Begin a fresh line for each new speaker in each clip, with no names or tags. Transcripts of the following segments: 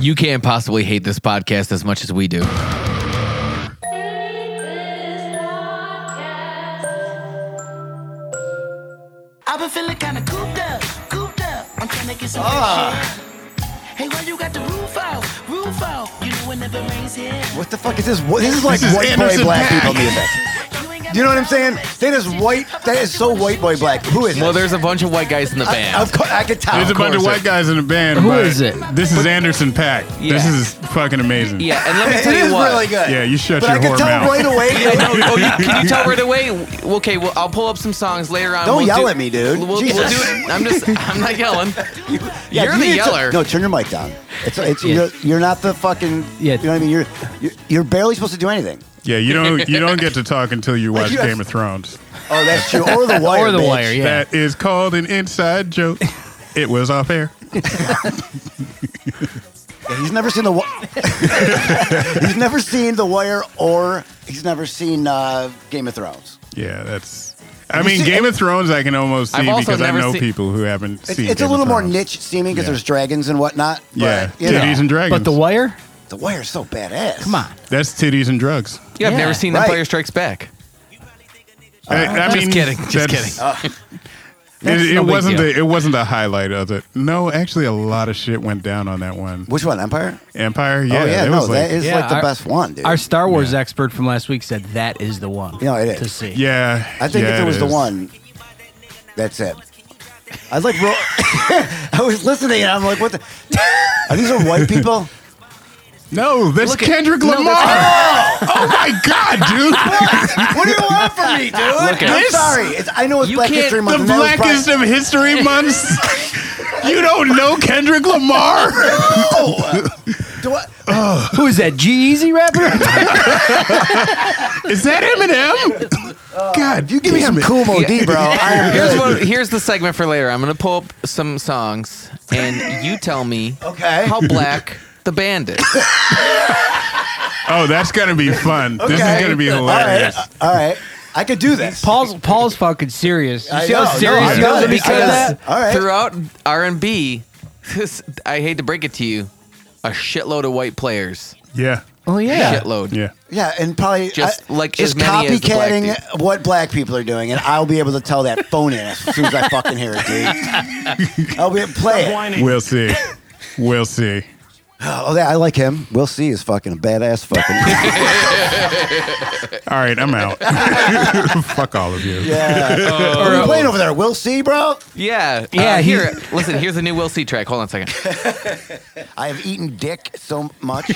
You can't possibly hate this podcast as much as we do.
I've been feeling kinda cooped up, cooped up. I'm trying to get some
Ah.
fresh air. Hey, why you got the roof out? Roof out. You know it never rains here.
What the fuck is this? What, this is like
This is
white
Anderson
boy black
Paak.
people music.
You ain't got
Do you know what
no
I'm saying?
problems.
That is white. That is so white boy black. Who is
Well,
this?
there's a bunch of white guys in the band.
Of course, I could tell.
There's a bunch of
course.
white guys in the band.
Who
but
is it?
This is Anderson Pack. This
Yeah.
is fucking amazing.
yeah, and let me
It
tell
is
you what.
really good.
Yeah, you shut
But
your
I could
whore
tell
mouth.
right away.
I know. Oh, you, can you tell right away? Okay, well, I'll pull up some songs later on.
Don't
We'll
yell
do-
at me, dude.
We'll, we'll do
Jesus.
it. I'm just. I'm not yelling. You're
Yeah, you
the
need to-
yeller.
no, turn your mic down. It's it's
Yeah.
you're, you're not the fucking.
Yeah.
You know what I mean? You're you're, you're barely supposed to do anything.
Yeah, you don't you don't get to talk until you watch
Yes.
Game of Thrones.
Oh, that's true. Or the wire.
or the
bitch.
wire. Yeah.
That is called an inside joke. It was off air.
Yeah, He's never seen the. Wi- he's never seen the wire, or he's never seen uh, Game of Thrones.
Yeah, that's. I
see-
mean, Game of Thrones, I can almost
I've
see
also
because I
never
know
seen-
people who haven't
It's,
seen.
it's a
Game of
little more
Thrones.
niche seeming because
Yeah.
there's dragons and whatnot. But,
Yeah,
you know,
titties and dragons.
But the wire?
the wire's so badass.
Come on.
That's titties and drugs.
Yeah, I've
Yeah,
never seen
right.
Empire Strikes Back.
I, I
Just
mean,
kidding, just
that's-
Uh,
kidding.
That's
it, it
no big
wasn't
deal.
the it wasn't the highlight of it. No, actually, a lot of shit went down on that one.
Which one, Empire?
Empire, yeah,
oh yeah,
it
no,
was like,
that is
Yeah,
like the
our-
best one, dude.
Our Star Wars expert from last week said that is the one.
No, it is.
To see.
yeah.
I think
yeah,
if it was the
is.
one, that's it. I was like, ro- I was listening, and I'm like, what the? Are these are white people?
No, that's
Look at-
Kendrick
no, that's-
Lamar. oh my god,
what do you want from me, dude?
Look at
I'm
this.
sorry. It's, I know it's
You
Black
can't-
History Month.
dude! the
and that was
blackest
probably-
of history months. you don't know Kendrick Lamar?
Do I-
Who is that? G Easy rapper?
Is that Eminem? God, you
give me some cool D, bro. I am
Here's
good.
what. Here's the segment for later. I'm gonna pull up some songs, and you tell me
Okay.
how black the band is.
Oh, that's gonna be fun. This
Okay.
is gonna be
All right,
hilarious.
all right. I could do this.
Paul's Paul's fucking serious. You
I
see how
know, no,
serious
I
he
got
was
it.
when he said
I got
that?
it. All right.
Throughout R and B, I hate to break it to you, a shitload of white players.
Yeah,
Oh yeah.
Shitload.
yeah.
Yeah, and probably uh,
Just, like,
just
as many as the black
copycatting
dude.
what black people are doing, and I'll be able to tell that phone in as soon as I fucking hear it, dude. I'll be able to play it.
We'll see. We'll see.
Oh yeah, I like him. We'll see. Is fucking a badass fucking.
All right, I'm out. Fuck all of you.
yeah. what are you playing over there? We'll see, bro.
Yeah.
Yeah,
Uh,
he-
here, listen. Here's the new Will C track. Hold on a second.
I have eaten dick so much.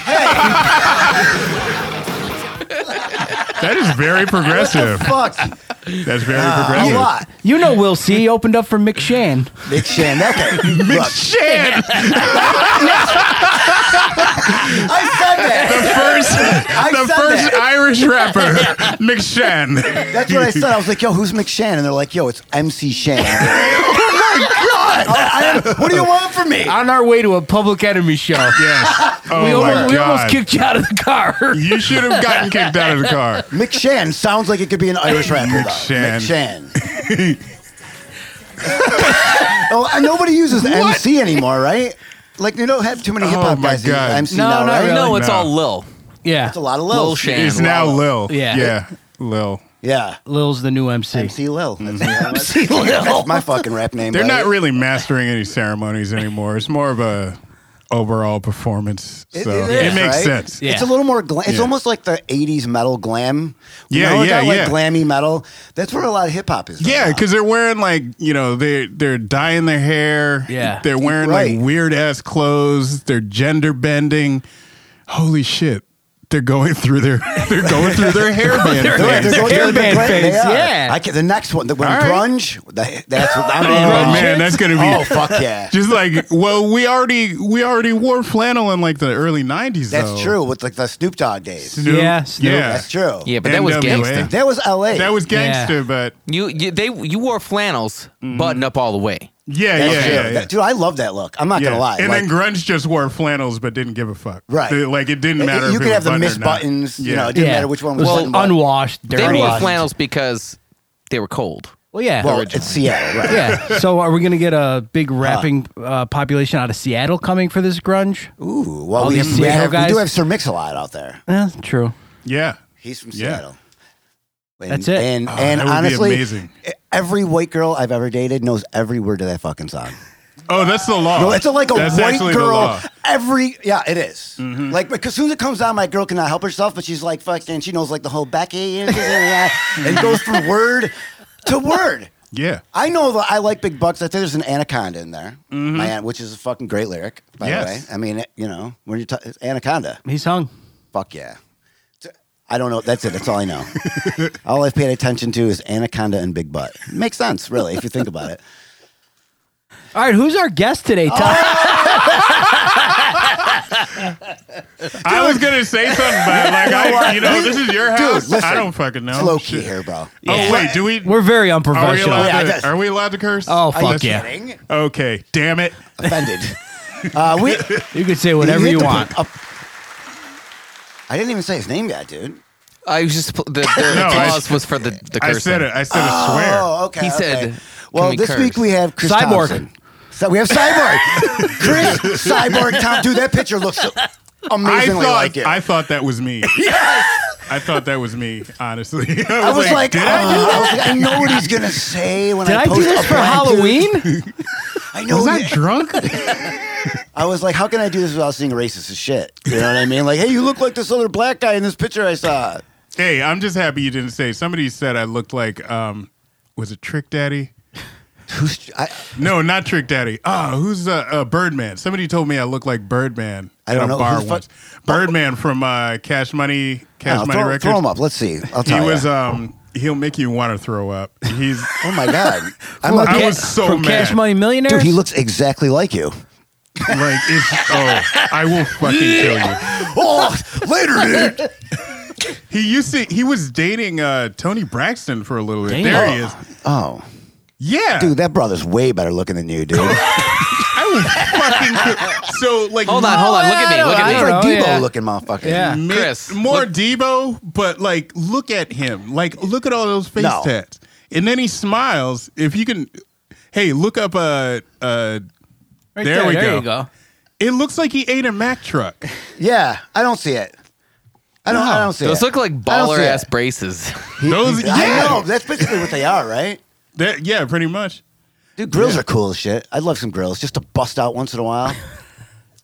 That is very progressive.
Fuck
That's very
a
progressive.
lot.
You know Will C he opened up for Mick Shan.
Nick Shan, that guy. Look,
Shit!
I said that.
First, the
said
first
that.
Irish rapper, McShan.
That's what I said. I was like, yo, who's McShan? And they're like, yo, it's MC Shan. oh my god! what do you want from me?
On our way to a public enemy show.
Yes. Oh
we,
my
almost,
god.
we almost kicked you out of the car.
you should have gotten kicked out of the car.
McShan sounds like it could be an Irish rapper. though.
McShan.
McShan. oh, and nobody uses MC anymore, right? Like you don't have too many hip hop
Oh my
guys that
God.
use MC
No,
now,
no,
right?
Really?
No, it's
No.
all Lil.
yeah.
It's a lot of Lil.
Lil Shan.
It's now Lil.
Yeah.
Yeah. Lil.
Yeah.
Lil's the new MC.
MC Lil. That's, MC Lil. That's my fucking rap name.
They're
right?
not really mastering any ceremonies anymore. It's more of a overall performance. So
It-
it,
it is,
makes
right?
sense.
Yeah.
It's a little more glam. It's
Yeah.
almost like the '80s metal glam. You
Yeah,
know, it's
yeah,
not like
yeah.
Glammy metal. That's where a lot of hip hop is. right
Yeah,
now.
because they're wearing like you know they they're dyeing their hair.
Yeah.
they're wearing
Right.
like weird ass clothes. They're gender bending. Holy shit, they're going through their they're going through their hair band.
They're-
They're right,
phase.
they're
Their
going to the
hairband
glam- they
phase,
are.
yeah.
I can, the next one, the, when
All right.
grunge, the, that's what I'm
oh
in.
man, that's gonna be
Oh fuck yeah.
just like well we already we already wore flannel in like the early nineties.
That's true with like the Snoop Dogg days.
Snoop,
Yeah, Snoop.
yeah,
That's true.
Yeah, but that was
NWA.
gangster.
That was LA.
That was
Yeah.
gangster, but
You, you they you wore flannels, button up all the way.
yeah,
That's
yeah,
true.
yeah, yeah.
That- dude, I love that look. I'm not
Yeah.
gonna lie.
And
Like,
then grunge just wore flannels, but didn't give a fuck.
Right.
They- like it didn't
it-
matter.
you
if
could
it
have
was
the
buttoned or
missed
not.
buttons. You
Yeah.
know, it didn't matter which one was
Well,
buttoned.
unwashed,
They
dirty.
wore
Unwashed.
flannels because they were cold.
Well, yeah.
Well, it's Seattle, right?
yeah. So are we going to get a big rapping uh, population out of Seattle coming for this grunge?
Ooh, well,
All
we,
these
have, we,
Seattle
have, we do
guys?
have Sir Mix-a-Lot out there.
Eh, true.
Yeah.
He's from
Yeah.
Seattle. And,
That's it.
And,
Oh,
and
that would be
honestly,
amazing.
every white girl I've ever dated knows every word to that fucking song.
Oh, that's the law.
No, it's a, like a
That's
white
actually the
girl.
law. Mm-hmm.
Every yeah, it is. Like because soon as it comes on, my girl cannot help herself, but she's like fucking. She knows like the whole Becky and,
Mm-hmm.
and goes from word to word.
Yeah.
I know that I like big bucks. I think there's an anaconda in there, my aunt, which is a fucking great lyric, by
Mm-hmm. Yes.
the way. I mean, it- you know, when you're ta- anaconda,
He's hung.
fuck yeah. T- I don't know. That's it. That's all I know. all I've paid attention to is anaconda and big butt. Makes sense, really, if you think about it.
All right, who's our guest today, Todd?
I was gonna say something, but like, I, you know,
Dude,
this is your house. I don't fucking know.
It's low key
Shit.
here, bro.
Oh wait, do we?
We're very
are we
unprofessional.
allowed?
Yeah, I
to,
guess.
Are we allowed to curse?
Are you
Oh, fuck yeah.
kidding?
Okay, damn it.
Offended. Uh, we,
You can say whatever
hit
you
the-
want.
up- I didn't even say his name yet, dude.
I was just the, the applause was for the the
I
cursing.
said it. I said a swear.
Oh, okay.
He
okay.
said, "Can
Well,
we
this
curse?"
week we have Chris
Cyborg.
Thompson. So we have Cyborg. Chris Cyborg Tom. Dude, that picture looks so
I
amazingly
thought
like it.
I thought that was me. I thought that was me. Honestly,
I was like,
did
uh,
I do
I, was like, I know what he's gonna say when
Did
I
I do
post
this
a Oh,
for
blank dude.
Halloween?
I know.
Was I
that-
drunk?
I was like, how can I do this without seeing racist as shit? You know what I mean? Like, hey, you look like this other black guy in this picture I saw.
hey, I'm just happy you didn't say. Somebody said I looked like um, was it Trick Daddy?
Who's I,
No, not Trick Daddy. Ah, who's uh, uh, Birdman? Somebody told me I look like Birdman
I
at
don't
a
know.
bar
Who's fu-
once. Birdman from uh, Cash Money, Cash
no,
Money
Oh. throw,
Records.
throw him up. Let's see. I'll
He
tell you.
was. Um, he'll make you want to throw up. He's.
oh my god. I'm like,
I
Ca-
was so
from
mad.
Cash Money Millionaires?
dude, he looks exactly like you.
Like it's oh, I will fucking kill you.
Oh, later, dude.
He used to he was dating uh Tony Braxton for a little bit.
Damn.
There he is.
Oh,
Yeah.
dude, that brother's way better looking than you, dude. It's
I will fucking kill. So like
Hold on, hold on. Look at me. Look
I
at me.
don't
like
know,
Debo
yeah.
looking motherfucker.
yeah.
mi-
Chris,
more Debo, but like look at him. Like look at all those face
No.
tats. And then he smiles. If you can hey, look up uh uh
Right
There we
There
go.
you go.
it looks like he ate a Mack truck.
Yeah, I don't see it. I don't. I don't see
Those
it.
look like
I don't
baller
see it.
ass braces.
Those
I
yeah.
know. That's basically what they are, right?
That- yeah, pretty much.
Dude, grills are cool as shit. I'd love some grills just to bust out once in a while.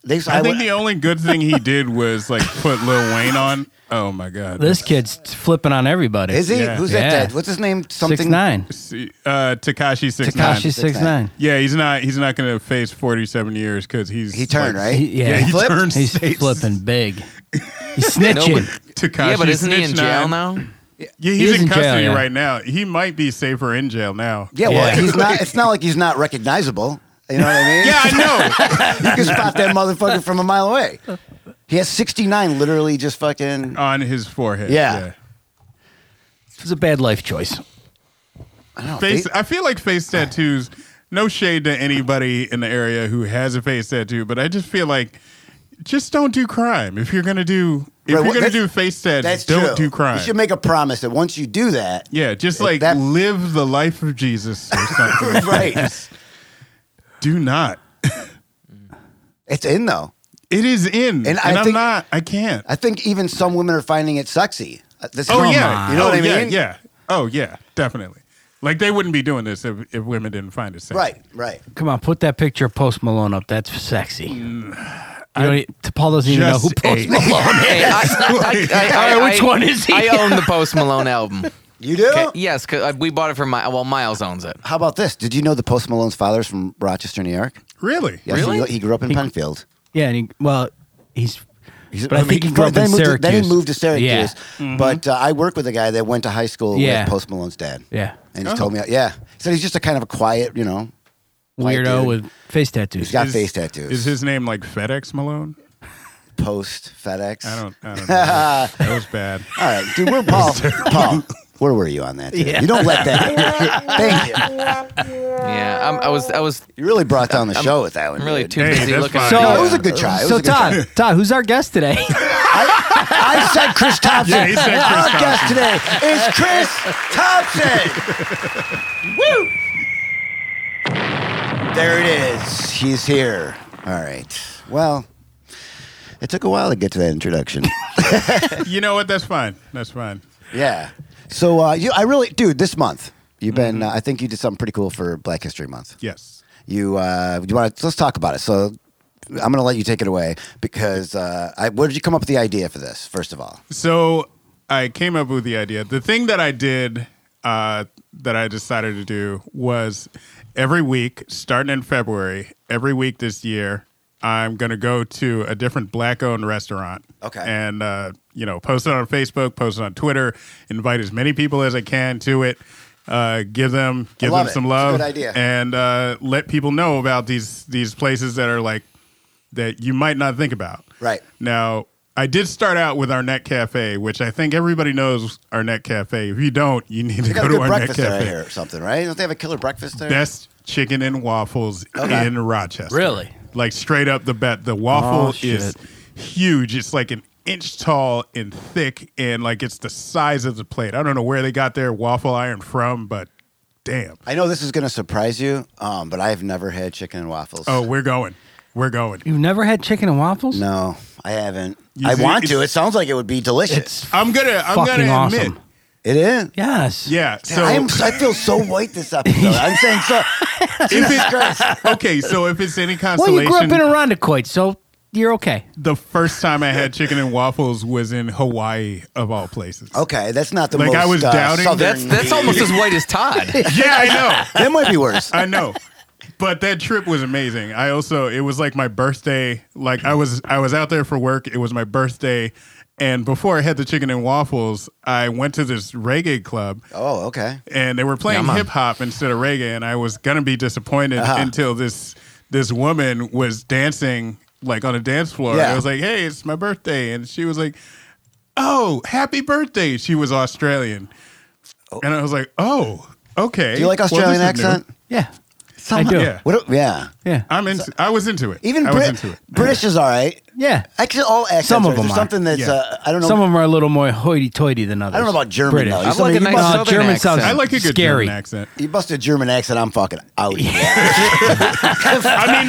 They,
I, think
would-
the only good thing he did was like put Lil Wayne on. Oh my god.
This kid's flipping on everybody.
is he?
Yeah.
Who's
Yeah.
that? Dad? What's his name? Something.
Six nine.
uh Takashi 69.
Takashi six nine.
Yeah, he's not. He's not going to face forty-seven years because he's
He turned
like,
right.
He- yeah.
Yeah, he,
Flipped?
turned.
He's
states.
flipping big. He's
No,
snitching.
but-
Takashi
yeah, but isn't he in
Snitch
jail
Nine.
now?
Yeah, he's
He is
in,
in jail,
custody
yeah.
right now. He might be safer in jail now.
Yeah, well,
Yeah.
he's not. It's not like he's not recognizable. You know what I mean?
Yeah, I know.
you can spot that motherfucker from a mile away. He has sixty nine, literally just fucking.
On his forehead.
Yeah.
It was a bad life choice.
I don't know,
Face.
they-
I feel like face tattoos. No shade to anybody in the area who has a face tattoo, but I just feel like just don't do crime if you're gonna do
Right,
if
well,
you're gonna
that's-
do face tattoos.
That's
Don't
true.
do crime.
You should make a promise that once you do that,
yeah, just
If
like
that-
live the life of Jesus or something.
right?
Do not.
It's in though.
It is in, and,
I
I'm
think-
not. I can't.
I think even some women are finding it sexy. Uh, This
oh
is-
yeah,
you know
oh,
what I mean?
Yeah, yeah. Oh yeah, definitely. Like they wouldn't be doing this if, if women didn't find it sexy.
Right, right.
Come on, put that picture of Post Malone up. That's sexy. You don't e- Paul doesn't even know who
Mm. Just
Post
a-
Malone is.
Hey, I, I, I, I,
All right, which
I-
one is he?
I own the Post Malone album.
You do?
Okay, yes, because we bought it from my. Well, Miles owns it.
How about this? Did you know the Post Malone's father's from Rochester, New York?
Really?
Yes, he
Really?
gr- He, grew up in Penfield.
Yeah, and he, well, he's.
He's-
But I think he grew up
then
in
moved To,
Syracuse.
then he moved to Syracuse.
Yeah.
But uh, I worked with a guy that went to high school
Yeah.
with Post Malone's dad.
Yeah.
And
Oh.
he's told me, yeah. He said he's just a kind of a quiet, you know, white
Weirdo
dude.
with face tattoos.
He's got
Is-
face tattoos.
Is his name like FedEx Malone?
Post FedEx.
I don't. I don't know. that was bad.
All right, dude, we're Paul. Paul, where were you on that? dude?
Yeah.
You don't let that. Thank you.
Yeah, I'm, I was. I was.
You really brought down the show with that one.
I'm really
dude.
too
Hey,
busy
that's
looking.
fine.
at
So-
No,
the-
it was a good try. It was
so
a good try.
Todd, Todd, who's our guest today?
I, I said Chris Thompson.
Yeah, he said Chris
Our guest
Thompson.
today is Chris Thompson. Woo! There it is. He's here. All right. Well, it took a while to get to that introduction.
You know what? That's fine. That's fine.
yeah. So uh, you, I really, dude, this month you've been.
Mm-hmm.
Uh, I think you did something pretty cool for Black History Month.
Yes.
You, uh, you want to let's talk about it. So. I'm gonna let you take it away because uh, I, where did you come up with the idea for this? First of all,
So I came up with the idea. The thing that I did uh, that I decided to do was every week, starting in February, every week this year, I'm going to go to a different black owned restaurant.
Okay.
And, uh, you know, post it on Facebook, post it on Twitter, invite as many people as I can to it. Uh, give them give
love
them
it.
some
It's a
love
good idea.
and uh, let people know about these these places that are like that you might not think about
Right.
now, I did start out with Arnett Cafe, which I think everybody knows Arnett Cafe. If you don't, you need to
They got a
go to
good
Arnett
breakfast there, I
Cafe.
hear, or something, right? Don't they have a killer breakfast there?
Best chicken and waffles
Okay.
in Rochester.
Really?
Like straight up the bet. The waffle
Oh,
is huge. It's like an inch tall and thick, and like it's the size of the plate. I don't know where they got their waffle iron from, but damn.
I know this is going to surprise you, um, but I've never had chicken and waffles.
Oh, we're going. We're going.
You've never had chicken and waffles?
no, I haven't.
You
I
see,
want
it's-
to. It sounds like it would be delicious.
I'm gonna. I'm
Fucking
gonna admit.
awesome.
It is.
Yes.
Yeah. So
I'm, I feel so white this episode. I'm saying so.
if it, okay. So if it's any
Well,
consolation,
you grew up in Irondequoit, so you're okay.
the first time I had chicken and waffles was in Hawaii of all places.
Okay, that's not the
Like,
most.
I was
uh,
doubting-
southern-
That's that's almost as white as Todd.
Yeah, I know.
that might be worse.
I know. But that trip was amazing. I also it was like my birthday. Like I was I was out there for work. It was my birthday. And before I had the chicken and waffles, I went to this reggae club
Oh, okay.
and they were playing
Yeah, man.
hip hop instead of reggae, and I was gonna be disappointed
Uh-huh.
until this this woman was dancing like on a dance floor.
Yeah.
I was like, "Hey, it's my birthday," and she was like, "Oh, happy birthday!" She was Australian, and I was like, "Oh, okay."
Do you like
Well, this
Australian
is new.
accent?
Yeah. I
Somehow-
do.
Yeah.
Yeah.
What? do- Yeah.
Yeah.
I'm in. I was into it.
Even
I was
Brit-
into it.
British is all right. Actually, all accents.
Some of
are. There's
them are.
Something that's.
Yeah.
Uh, I don't know.
Some of them are a little more hoity-toity than others.
I don't know about German
British.
though. You
I
some-
like a
you
nice
must-
Uh,
Southern
German
accent.
sounds
I like a good
scary.
German accent.
You bust a German accent, I'm fucking out.
I mean,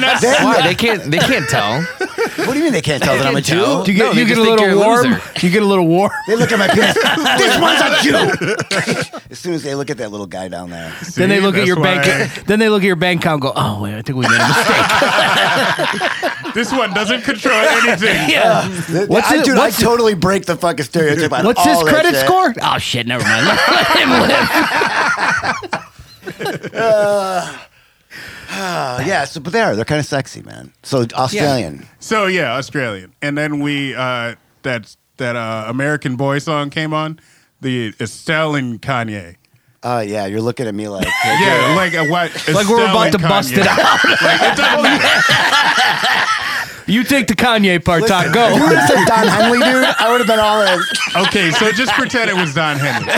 that's
Then-
Why they can't they can't tell.
What do you mean they can't tell that I'm a Jew?
tell.
Do you get,
No, they
you get
just
a
think
little
you're a
warm?
loser.
You get a little warm?
They look at my penis. this one's a Jew. as soon as they look at that little guy down there,
then they
See,
look at
that's
your bank.
why
Then they look at your bank account. and Go. Oh wait, I think we made a mistake.
This one doesn't control anything.
yeah. What's
I,
it-
dude,
what's
I
it-
totally break the fucking stereotype. on
What's
all
his
that
credit
shit.
score? Oh shit, never mind. Let him live.
Uh, yeah, so, but they are. They're kind of sexy, man. So Australian.
So yeah, Australian. And then we uh that that uh American Boy song came on, the Estelle and Kanye.
Oh yeah, you're looking at me like
Yeah, like a what
Like we're about to bust it out. You take the Kanye part, Todd.
If you
Go.
would have said Don Henley, dude, I would have been all in.
Okay, so just pretend it was Don Henley.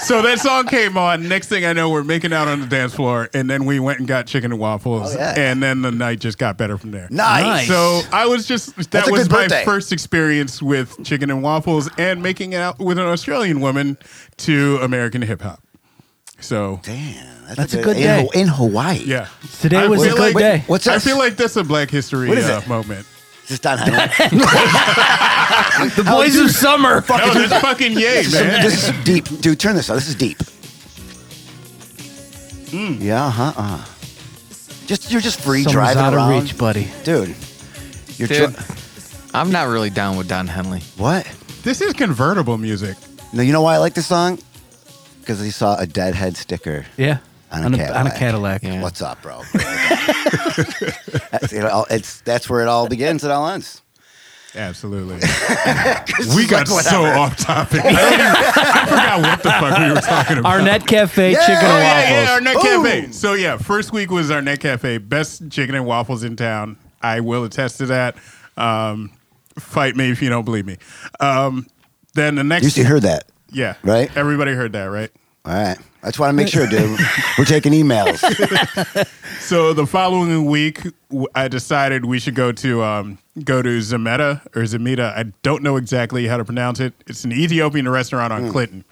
So that song came on. Next thing I know, we're making out on the dance floor, and then we went and got chicken and waffles,
Oh, yeah.
and then the night just got better from there.
Nice.
So I was just that
That's a
was
good
my
birthday.
first experience with chicken and waffles and making out with an Australian woman to American hip hop. So
Damn, that's,
That's a good
in,
day.
Ho- in Hawaii.
yeah,
Today was a
feel
good
like-
day.
What's
I
this?
feel like that's a Black History
What is
uh,
it?
moment.
Is this Don Henley?
The boys of summer.
No, that's fucking yay, man.
this is deep, dude. Turn this on. This is deep. Yeah, huh? Uh. Just you're just free
Summer's
driving
out
around,
of reach, buddy.
dude. You're
Dude,
dri-
I'm not really down with Don Henley.
what?
This is convertible music.
No, you know why I like this song? Because he saw a Deadhead sticker.
Yeah.
On a
on a
Cadillac.
Cadillac.
Yeah.
What's up, bro? that's, it all, it's, that's where it all begins. It all ends.
Absolutely. we got
like
so
whatever.
off topic. I, don't even- I forgot what the fuck we were talking about.
Arnett Cafe chicken
Oh,
and waffles.
yeah, yeah, Arnett
Boom.
Cafe. So, yeah, first week was Arnett Cafe. Best chicken and waffles in town. I will attest to that. Um, fight me if you don't believe me. Um, then the next.
You see, heard that?
Yeah.
Right?
Everybody heard that, right?
All right. I just want to make sure, dude. We're taking emails.
So the following week, w- I decided we should go to um, go to Zameta or Zamita. I don't know exactly how to pronounce it. It's an Ethiopian restaurant
Hmm.
on Clinton.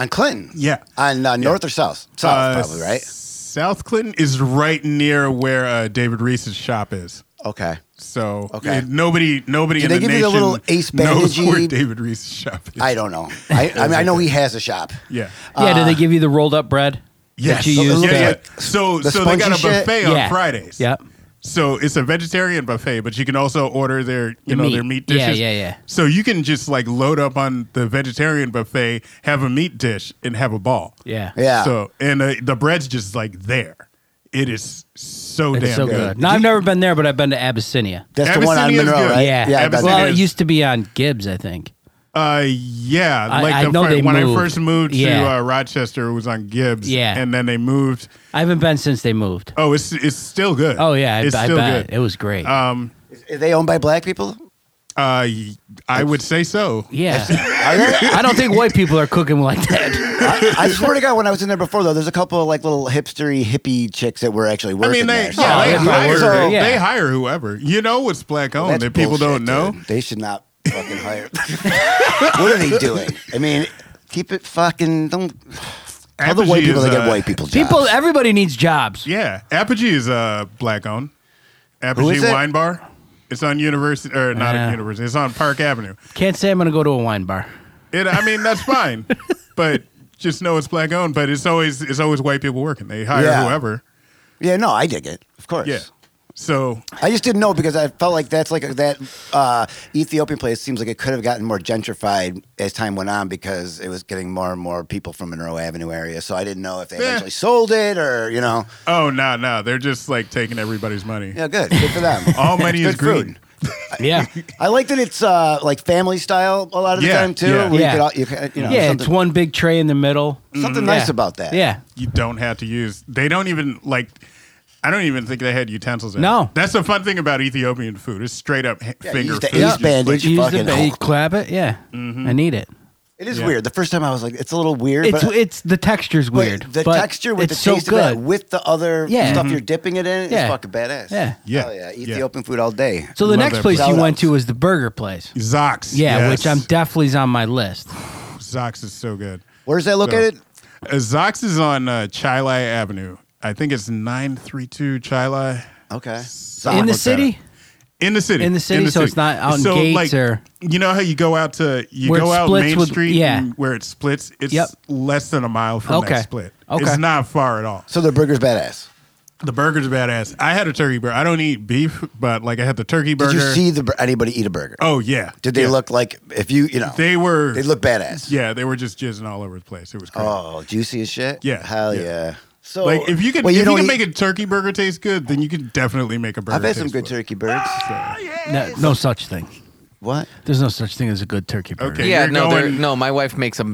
On Clinton.
Yeah.
On uh, North or South? South,
Uh,
probably, right?
South Clinton is right near where uh, David Reese's shop is.
Okay.
So
Okay.
it- nobody, nobody
Do
in
they
the
give you
nation
the little ace
knows where
bandagey-
David Reese's shop is.
I don't know. I, I mean, I know he has a shop.
yeah.
yeah, do they give you the rolled up bread?
Yes.
That you
yeah,
use to-
yeah.
like
So,
the
so they got a
spongy shit?
buffet on Fridays.
Yep.
So it's a vegetarian buffet, but you can also order their you
The
know
meat.
their meat
Yeah,
dishes.
yeah, yeah.
So you can just like load up on the vegetarian buffet, have a meat dish, and have a ball.
Yeah.
Yeah.
So and uh, the bread's just like there. It is so
It's
damn
so
good.
good. Now, I've never been there, but I've been to Abyssinia.
That's the one on
Abyssinia's
Monroe,
good.
right?
Yeah.
Yeah, I bet
well,
Abyssinia
it
is-
used to be on Gibbs, I think.
Uh, yeah.
I-
Like
I
the
know
fir-
they
when I
moved.
first moved
Yeah.
to uh, Rochester, it was on Gibbs.
Yeah.
and then they moved.
I haven't been since they moved.
Oh, it's it's still good.
Oh yeah, I,
it's
I
still
bet
good.
it was great.
Um,
Are they owned by black people?
uh, y- I would say so.
yeah,
Are they?
I don't think white people are cooking like that.
I, I swear to God, when I was in there before, though, there's a couple of like little hipstery hippie chicks that were actually
I
working
mean, they
there. So-
yeah,
Oh,
they,
that's what
hire,
we're doing,
they
yeah.
hire whoever. You know what's black owned
That's
that people
bullshit,
don't know.
dude. They should not fucking hire. what are they doing? I mean, keep it fucking. Don't tell the
Apogee
white people
is,
they get
uh,
white people jobs.
People, everybody needs jobs.
Yeah, Apogee is uh, black owned. Apogee
is it?
Wine Bar. It's on University or not
Yeah.
on University. It's on Park Avenue.
Can't say I'm gonna go to a wine bar.
It. I mean, that's fine, but just know it's black owned. But it's always it's always white people working. They hire
Yeah.
whoever.
yeah, no, I dig it. Of course.
Yeah. So
I just didn't know because I felt like that's like that uh, Ethiopian place seems like it could have gotten more gentrified as time went on because it was getting more and more people from Monroe Avenue area. So I didn't know if they
Yeah.
eventually sold it or you know.
Oh no, no, they're just like taking everybody's money.
Yeah, good, good for them.
All money
Good
is green.
food.
Yeah,
I like that it's uh, like family style a lot of the
Yeah,
time too.
yeah.
where
Yeah.
You could, all- you, could- you know,
yeah.
something,
It's one big tray in the middle. Mm.
something
Yeah.
nice about that.
Yeah,
You don't have to use. They don't even like. I don't even think they had utensils. In
No.
it. that's the fun thing about Ethiopian food. It's straight up h-
Yeah, you
finger
use the
food.
ace
Just
bandage.
like-
you use the
fucking-
ba- you clap it. Yeah, I need it.
It is
Yeah.
weird. The first time I was like, it's a little weird.
It's
but,
it's the texture's
but
weird.
The
but
texture with the
it's
taste
so good.
of that with the other
Yeah. Mm-hmm.
stuff you're dipping it in
Yeah.
is fucking badass.
Yeah.
Yeah.
Hell yeah.
Yeah.
Ethiopian food all day.
so the
Love
next
that
place
place.
you went to was the burger place.
Zox.
Yeah,
yes.
which I'm definitely's on my list.
Zox is so good.
Where's that
So-
located?
Uh, Zox is on uh, Chilai Avenue. I think it's nine three two Chilai.
Okay.
in the
looked at it.
city?
In the city.
In the city, so it's not out in gates or-
you know how you go out to you
Where it
go out
splits
Main
with-
Street
yeah.
and where it splits. It's
Yep.
less than a mile from
Okay.
that split.
Okay.
It's not far at all.
So the burger's badass.
The burger's badass. I had a turkey burger. I don't eat beef, but like I had the turkey
Did
burger.
you see the bur- anybody eat a burger?
Oh yeah.
Did they
Yeah.
look like if you you know
They were.
they look badass?
Yeah, they were just jizzing all over the place. It was crazy.
Oh, juicy as shit.
Yeah,
Hell
yeah.
yeah. So
like if you could,
well,
if you
don't
can
eat-
make a turkey burger taste good, then you can definitely make a burger.
I've had some
taste
good
good. Oh,
turkey burgers.
No, no such thing.
What?
There's no such thing as a good turkey burger.
Okay.
yeah,
you're
no, they're-
going-
no. My wife makes a,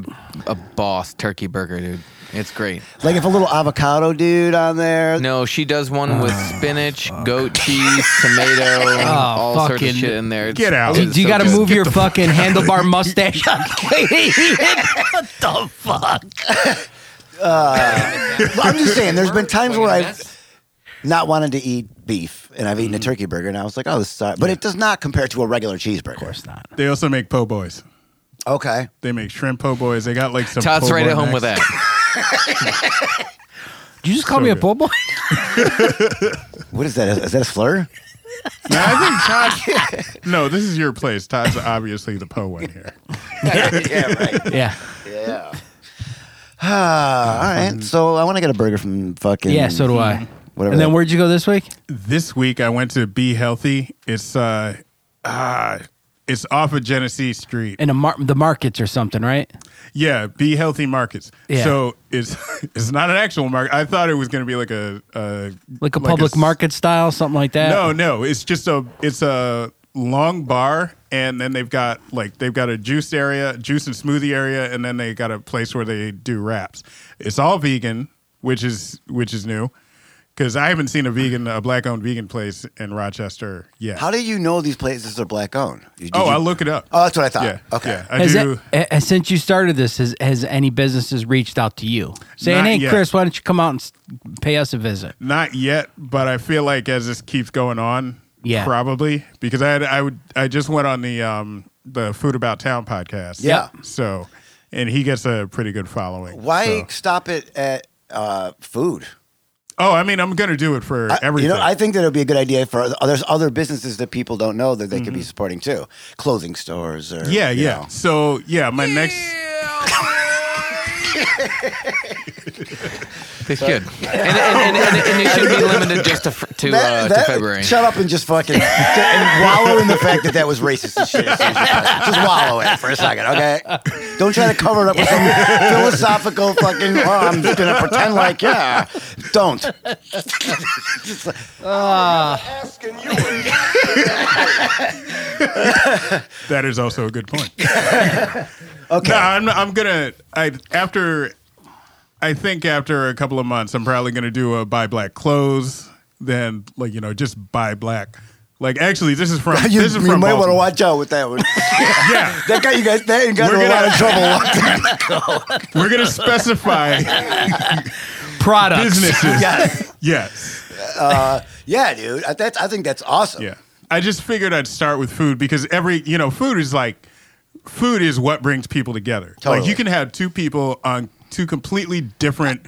a boss turkey burger, dude. It's great.
Like if a little avocado dude on there.
No, she does one with spinach, goat cheese, tomato, all sorts of
fucking-
shit in there. It's-
Get out.
it's
Do, do you
so
got to
good.
move your fucking handlebar mustache up? what the fuck?
I'm just saying, there's been times where I've not wanted to eat beef, and I've eaten a turkey burger, and I was like, "Oh, this is all right. but it does not compare to a regular cheeseburger. Of
It's not.
They also make po' boys.
Okay,
They make shrimp po' boys. They got like some.
Todd's
po'
right
boy
at home
necks.
with that.
Did you just call
So
me a
good.
bull boy?
what is that? Is that a slur?
No, I think Todd. no, this is your place. Todd's obviously the po' one here.
yeah, right.
yeah.
Yeah. Ah, all right. So I want to get a burger from fucking.
Yeah, so do I.
Whatever
and then
that-
where'd you go this week?
This week I went to Be Healthy. It's uh, ah, it's off of Genesee Street.
In a mar- the markets or something, right?
Yeah, be healthy markets.
Yeah.
So it's it's not an actual market. I thought it was going to be like a, a
Like a public
s-
market style, something like that.
No, no, it's just a it's a long bar, and then they've got like they've got a juice area, juice and smoothie area, and then they got a place where they do wraps. It's all vegan, which is which is new. because I haven't seen a vegan, a black-owned vegan place in Rochester yet.
How do you know these places are black owned? Did
oh,
you-
I'll look it up.
Oh, that's what I thought.
yeah,
Okay.
yeah, I
has
do.
that- eh, since you started this, has, has any businesses reached out to you saying,
Not
"Hey,
yet.
Chris, why don't you come out and s- pay us a visit?"
Not yet, but I feel like as this keeps going on,
Yeah.
probably because I had, I would I just went on the um the Food About Town podcast.
Yeah.
So, and he gets a pretty good following.
Why
so-
stop it at uh, food?
Oh, I mean, I'm gonna do it for
I-
everything.
You know, I think that would be a good idea for other, there's other businesses that people don't know that they could be supporting too, clothing stores or
Mm-hmm. yeah,
you
yeah.
know.
So yeah, my next.
They should, and, and, and, and, and it should be limited just to fr- to,
That-
uh,
that-
to February.
Shut up and just fucking and wallow in the fact that that was racist as shit. as soon as you press it. Just wallow in it for a second, okay? Don't try to cover it up with some philosophical fucking. Oh, I'm just gonna pretend like yeah. Don't.
That is also a good point.
Okay.
No, I'm, I'm gonna. I after, I think after a couple of months, I'm probably gonna do a buy black clothes. Then like you know, just buy black. Like actually, this is from
you
this is
you
from
might want to
Baltimore.
watch out with that one.
Yeah,
that got you guys. That got
We're
in a lot
gonna-
of trouble.
we're gonna specify
Products.
businesses.
yeah.
Yes.
yeah, dude. I, that's, I think that's awesome.
Yeah. I just figured I'd start with food because every, you know, food is like, food is what brings people together. Like,
Totally.
you can have two people on two completely different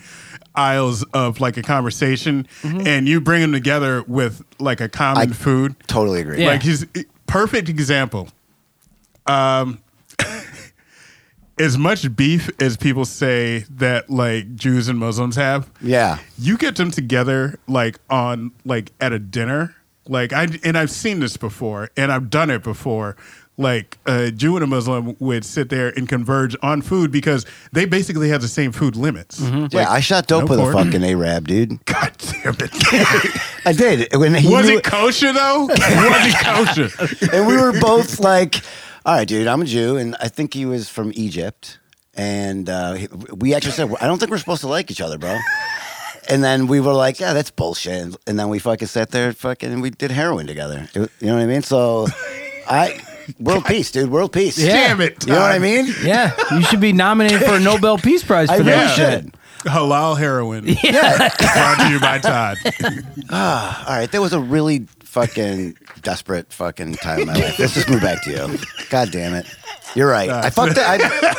aisles of like a conversation and you bring them together with like a common
Mm-hmm. I-
food.
Totally agree.
Yeah.
Like, his perfect example. Um, as much beef as people say that like Jews and Muslims have,
Yeah.
you get them together like on like at a dinner like i and i've seen this before and i've done it before like a jew and a muslim would sit there and converge on food because they basically have the same food limits
yeah, I shot dope
no
with
pork.
a fucking Arab, dude.
god damn it
I did. When he
was
knew-
it kosher though was it kosher
and we were both like, "All right, dude, I'm a Jew, and I think he was from Egypt." And uh, he- we actually said, "I don't think we're supposed to like each other, bro." And then we were like, "Yeah, that's bullshit." And then we fucking sat there, fucking, and we did heroin together. It- you know what I mean? So, I world peace, dude, world peace.
Yeah.
damn it
You know what I
Todd.
mean?
Yeah, you should be nominated for a Nobel Peace Prize for
I really
that shit.
should.
halal heroin
Yeah.
brought to you by todd
All right, that was a really fucking desperate fucking time in my life. Let's just move back to you. God damn it. You're right. I fucked it. I,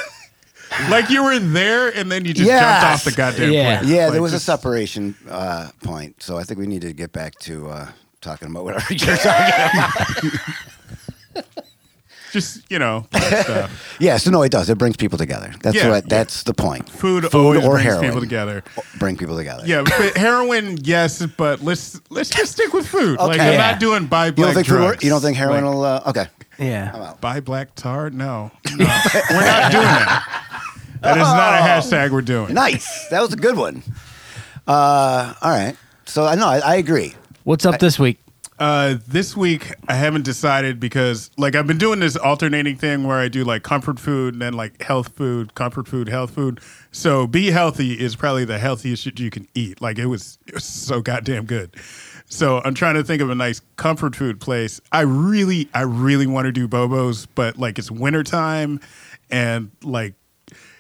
like you were there and then you just
Yes.
jumped off the goddamn
Yeah.
plane
Yeah,
Like,
there was a
this-
separation uh, point, so I think we need to get back to uh, talking about whatever you're talking about.
just you know stuff.
yeah, so no, it does. It brings people together. That's
Yeah.
what. That's the point.
food, always
or
brings
heroin. Oh,
people together
Bring people together.
Yeah, but heroin, yes, but let's let's just stick with food. Like
Okay.
I'm
Yeah.
not doing buy
You
black
don't think food
drugs.
wor- you don't think heroin
Like,
will? Uh, okay.
Yeah,
buy black tar? No, no. we're not doing that. That is
Oh.
not a hashtag we're doing.
Nice. That was a good one. Uh, all right. So I know I, I agree.
what's up this week?
Uh, this week I haven't decided because like I've been doing this alternating thing where I do like comfort food and then like health food, comfort food, health food. So be healthy is probably the healthiest shit you can eat. Like it was, it was so goddamn good. So I'm trying to think of a nice comfort food place. I really, I really want to do Bobo's, but like it's wintertime and like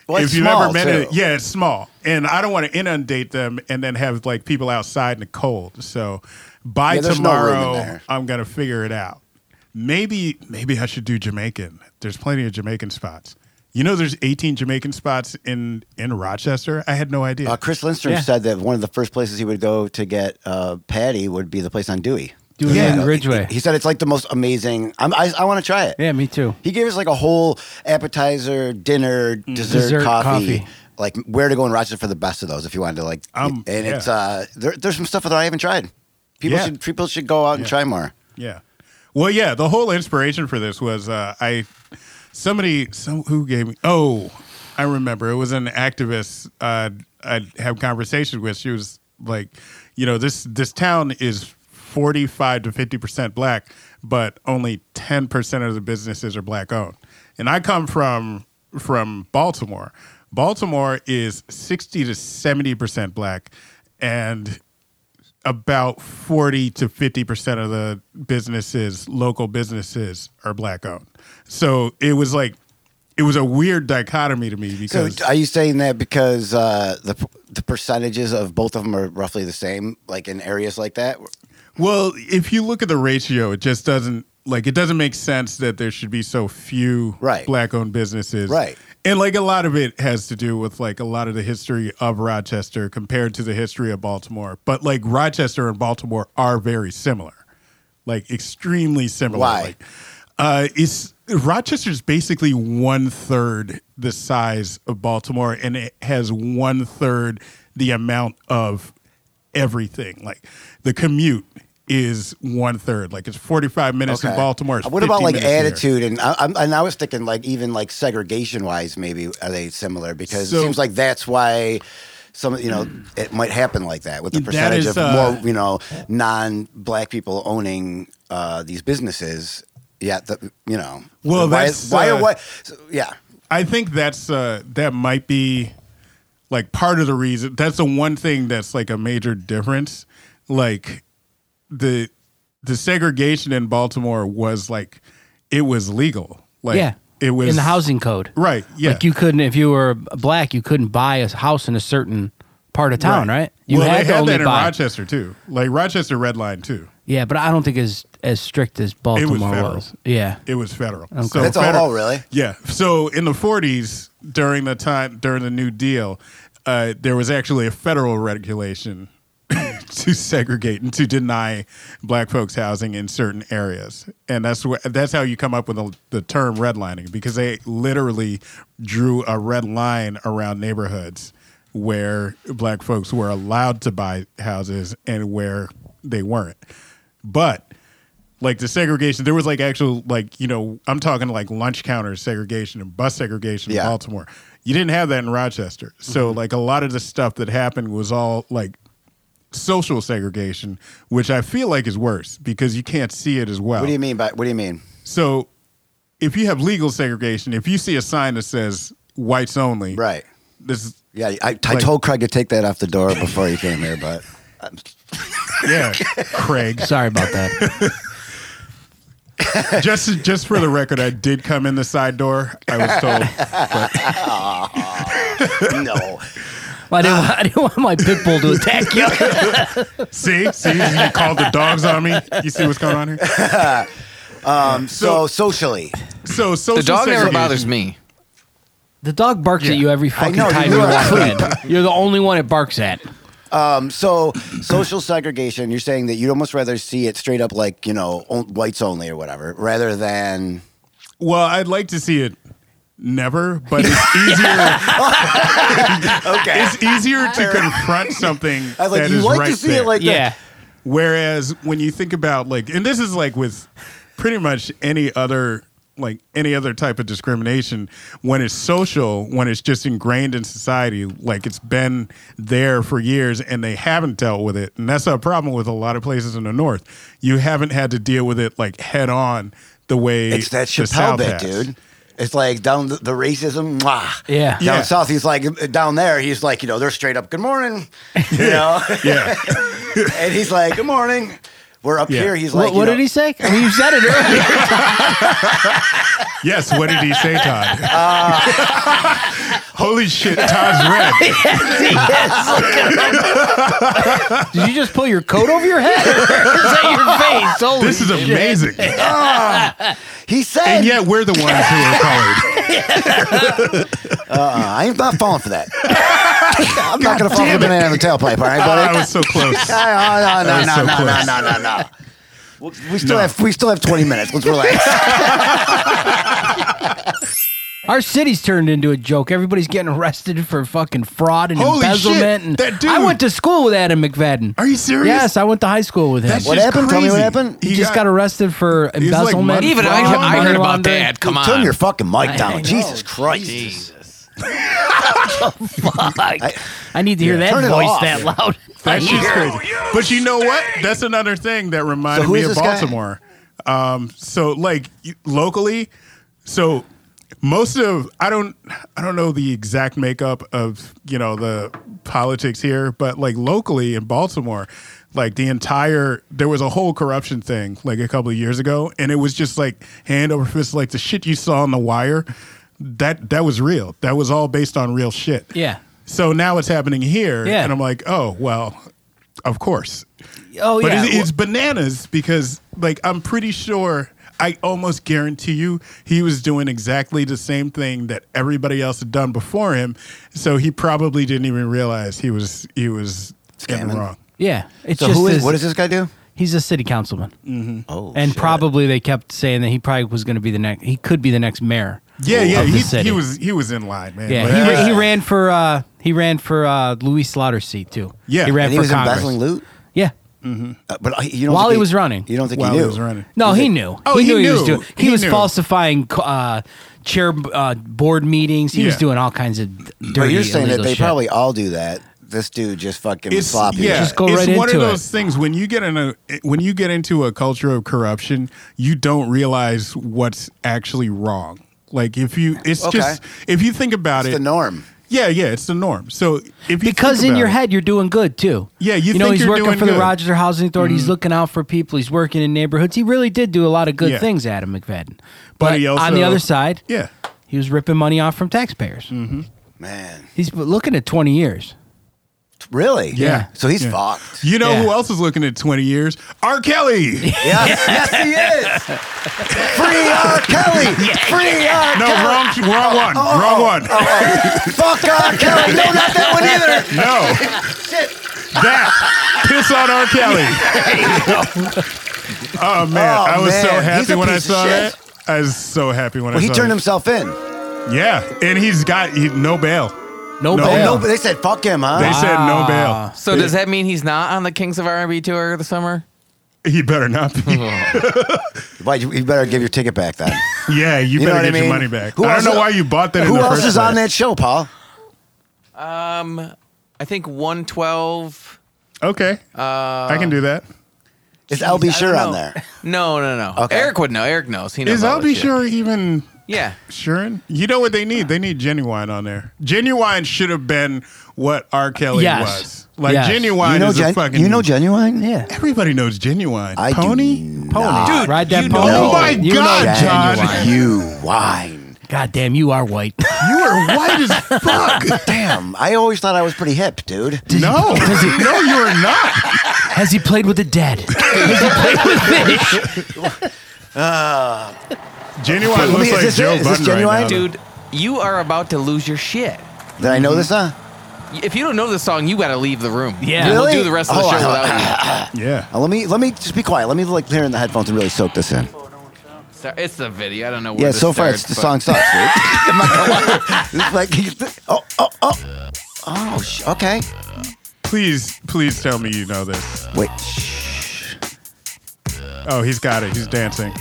Well, it's
if you've
small,
ever been,
too.
in- yeah, it's small, and I don't want to inundate them and then have like people outside in the cold. So by
Yeah, there's no room in
tomorrow,
there.
I'm gonna figure it out. Maybe maybe I should do Jamaican. There's plenty of Jamaican spots. You know, there's 18 Jamaican spots in in Rochester. I had no idea.
Uh, Chris Lindstrom
Yeah.
said that one of the first places he would go to get uh, patty would be the place on Dewey.
Dewey
Yeah.
and Ridgeway.
He, he said it's like the most amazing. I'm, I, I want to try it.
Yeah, me too.
He gave us like a whole appetizer, dinner,
Mm.
dessert,
Dessert,
coffee.
coffee.
Like where to go in Rochester for the best of those if you wanted to like.
Um,
and
yeah.
it's uh, there, there's some stuff that I haven't tried. People
Yeah.
should people should go out and
Yeah.
try more.
Yeah. Well, yeah. The whole inspiration for this was uh, I somebody some who gave me. Oh, I remember. It was an activist. Uh, I had conversations with. She was like, you know, this this town is forty five to fifty percent black, but only ten percent of the businesses are black owned. And I come from from Baltimore. Baltimore is sixty to seventy percent black, and about 40 to 50% of the businesses, local businesses, are black owned. So it was like, it was a weird dichotomy to me
So uh,
because
are you saying that because uh, the the percentages of both of them are roughly the same, like in areas like that?
Well, if you look at the ratio, it just doesn't like it doesn't make sense that there should be so few
Right.
black-owned businesses.
Right.
And like a lot of it has to do with like a lot of the history of Rochester compared to the history of Baltimore. But like Rochester and Baltimore are very similar. Like extremely similar.
Why?
Like, uh it's Rochester's basically one third the size of Baltimore and it has one third the amount of everything. Like the commute is one third. Like it's forty five minutes in Baltimore. It's
What about
15
like
minutes here.
attitude and I, I'm, and I was thinking like even like segregation wise, maybe are they similar? Because
So-
it seems like that's why some you know it might happen like that with the
That
percentage
is,
of
uh,
more you know non black people owning uh, these businesses. Yeah, the, you know.
Well,
why,
that's,
why
uh,
are what? so, yeah,
I think that's uh that might be like part of the reason. That's the one thing that's like a major difference. Like the the segregation in Baltimore was like it was legal. Like
yeah,
it was
in the housing code,
Right. Yeah.
Like you couldn't, if you were black, you couldn't buy a house in a certain part of town, right? You
well, they had
only
that in
buy-
Rochester too. Like Rochester Red Line too.
Yeah, but I don't think it's as strict as Baltimore
federal.
was. Yeah,
It was federal.
Okay.
that's all.
federal-
Oh, really?
Yeah. So in the 40s, during the time during the New Deal, uh, there was actually a federal regulation to segregate and to deny black folks housing in certain areas, and that's wh- that's how you come up with the, the term redlining because they literally drew a red line around neighborhoods where black folks were allowed to buy houses and where they weren't, but like the segregation there was like actual like you know i'm talking like lunch counter segregation and bus segregation in
Yeah. Mm-hmm.
baltimore you didn't have that in rochester so like a lot of the stuff that happened was all like social segregation which i feel like is worse because you can't see it as well
What do you mean by what do you mean?
so if you have legal segregation if you see a sign that says whites only
Right.
this is
Yeah, I, I
Like-
told Craig to take that off the door before he came here, but
yeah craig
sorry about that.
just just for the record i did come in the side door i was told
no.
Well, I didn't, I didn't want my pit bull to attack you.
See, see, you called the dogs on me. You see what's going on here?
So, socially,
So, social
The dog never
segregation-
bothers me.
The dog barks at you every fucking
know,
time
you
you
are
walk
creep.
in. You're the only one it barks at.
um, so social segregation. You're saying that you'd almost rather see it straight up, like you know, on- whites only or whatever, rather than
Well, I'd like to see it never, but it's easier.
okay.
it's easier to confront something
I was like,
that
you
is
like
right
to see
there.
it like
Yeah.
Whereas when you think about like, and this is like with pretty much any other like any other type of discrimination, when it's social, when it's just ingrained in society, like it's been there for years and they haven't dealt with it, and that's a problem with a lot of places in the North. You haven't had to deal with it like head on the way
that. It's that
the
Chappelle
South
bit,
has.
dude. It's like down the, the racism, mwah.
Yeah.
Down
Yeah.
south, he's like down there. He's like, you know, they're straight up. Good morning, you know,
Yeah,
and he's like, good morning. We're up
Yeah.
here. He's
What,
like, you
what
know-
did he say? I mean, you said it earlier.
yes. What did he say, Todd?
Uh,
Holy shit, Todd's red.
Did you just pull your coat over your head? Is that your face? Holy
This is
shit.
amazing.
He said,
And yet we're the ones who are colored.
uh, "I'm not falling for that. I'm not going to fall for the banana in the tailpipe." All right, buddy. oh,
I was so close.
No, no,
was
no,
so
no, no,
close.
no, no, no. We still
No.
have we still have twenty minutes. Let's relax.
Our city's turned into a joke. Everybody's getting arrested for fucking fraud and
Holy
embezzlement.
shit,
And
that dude.
I went to school with Adam McFadden.
Are you serious?
Yes, I went to high school with him.
That's
What
just
happened? Tell me what
crazy.
happened.
he, just got, arrested for
was like
embezzlement.
money-
Even I,
fraud,
I
money
heard about
laundering.
that. Come
Turn
on.
your fucking mic
I know.
down. Jesus Christ.
Jesus.
Fuck. I need to hear
Turn
that
it
voice
off.
that loud.
That's just crazy. But you know what? That's another thing that reminded
So who
me
is
of
this guy?
Baltimore. Um, so like you- locally, so most of I don't I don't know the exact makeup of you know the politics here, but like locally in Baltimore, like the entire there was a whole corruption thing like a couple of years ago, and it was just like hand over fist, like the shit you saw on the wire. That that was real. That was all based on real shit.
Yeah.
So now it's happening here,
Yeah.
and I'm like, oh well, of course.
Oh
But
yeah.
it's, it's bananas because, like, I'm pretty sure, I almost guarantee you, he was doing exactly the same thing that everybody else had done before him. So he probably didn't even realize he was he was in the
Scamming.
wrong.
yeah. It's
So
just
who is?
this-
What does this guy do?
He's a city councilman,
Oh,
and
shit.
probably they kept saying that he probably was going to be the next. He could be the next mayor.
Yeah, yeah,
of the
he,
city.
he was he was in line, man.
Yeah,
Like,
he, ra-
that's-
he ran for uh, he ran for uh, Louis Slaughter's seat too.
Yeah.
he ran
And
for
he was
Congress.
embezzling loot.
Yeah,
Uh, but I- you don't
While
think
he was running.
you don't think
While
he
he
knew.
was running.
no, he knew.
Oh, he
knew he was
knew.
doing. He,
He
was
knew.
falsifying uh, chair uh, board meetings. He was
Yeah.
doing all kinds of dirty.
But you're saying that
illegal
they
shit.
probably all do that. This dude just fucking was sloppy.
Yeah,
Just go
it's
right
one
into
of those things when you get in a when you get into a culture of corruption, you don't realize what's actually wrong. Like if you, it's
Okay.
just if you think about
It's
it,
the norm.
Yeah, yeah, it's the norm. So if you
because
think
in
about
your
it-
head you're doing good too.
Yeah, you
know
think
he's
you're
working
doing
for
good.
the
Mm-hmm.
Rochester Housing Authority. He's looking out for people. He's working in neighborhoods. He really did do a lot of good
Yeah.
things, Adam McFadden.
But
But,
he
on the
also-
other side,
yeah,
he was ripping money off from taxpayers.
Mm.
Man,
He's been looking at twenty years.
really?
Yeah.
So he's
Yeah.
fucked.
you know
Yeah.
who else is looking at twenty years? R. Kelly.
Yeah. yes, he is. Free R. Kelly. Free R.
No, wrong, wrong one,
Oh.
wrong one.
Fuck R. Kelly. No, not that one either.
No, that piss on R. Kelly. oh man,
Oh,
I was so
man. He's
happy
a
when I
piece of
saw
shit.
that. I was so happy when
Well,
I
he
saw
turned
that.
himself in.
Yeah, and he's got he, no bail.
No,
No,
bail.
Oh, no, but they said fuck him, huh?
They said no
Wow.
Ah.
bail.
So does that mean he's not on the Kings of R&B tour this summer?
He better not be.
Why, you you better give your ticket back then.
yeah,
You
you,
know
better
what
get
I mean?
your money back.
Who
I
else-
don't know why you bought that. in
Who
the
else
first
is on
place.
that show, Paul?
I think 112.
Okay, I can do that.
Uh, Is
Jeez, I
LB
don't
Sure on
know.
there?
No, no, no.
Okay.
Eric would know. Eric knows. He knows.
Is
all
I'll
that
be
shit.
sure even
Yeah.
Sure. You know what they need? They need genuine on there. Genuine should have been what R. Kelly
Yes.
was. Like
Yes.
genuine
You know,
is a
Gen-
fucking.
you know genuine?
Yeah.
everybody knows genuine.
I do
Pony,
not.
pony, dude.
Ride that
you
pony.
Know, oh my
You know
god,
genuine.
John,
You wine.
God damn, you are white.
you are white as fuck.
Damn, I always thought I was pretty hip, dude.
no, no, you are not.
Has he played with the dead? Has he played with fish?
Genuine
Let me-
looks
is
like
this it?
Joe
Is this
Budden
genuine?
right now.
Dude, you are about to lose your shit.
Did I know this, huh?
If you don't know this song, you got to leave the room.
Yeah.
We'll
Really? Oh,
do the rest of the
Hold
show
on, hold
without you.
Yeah.
Uh, let me let me just be quiet. Let me like clear in the headphones and really soak this in.
So- It's the video. I don't know where
Yeah,
this
so far it's,
starts,
the
but-
song sucks. Dude. I'm not gonna lie. It's like oh oh oh oh. sh- Okay.
Please, please tell me you know this.
Wait. shh.
Oh, he's got it. He's dancing.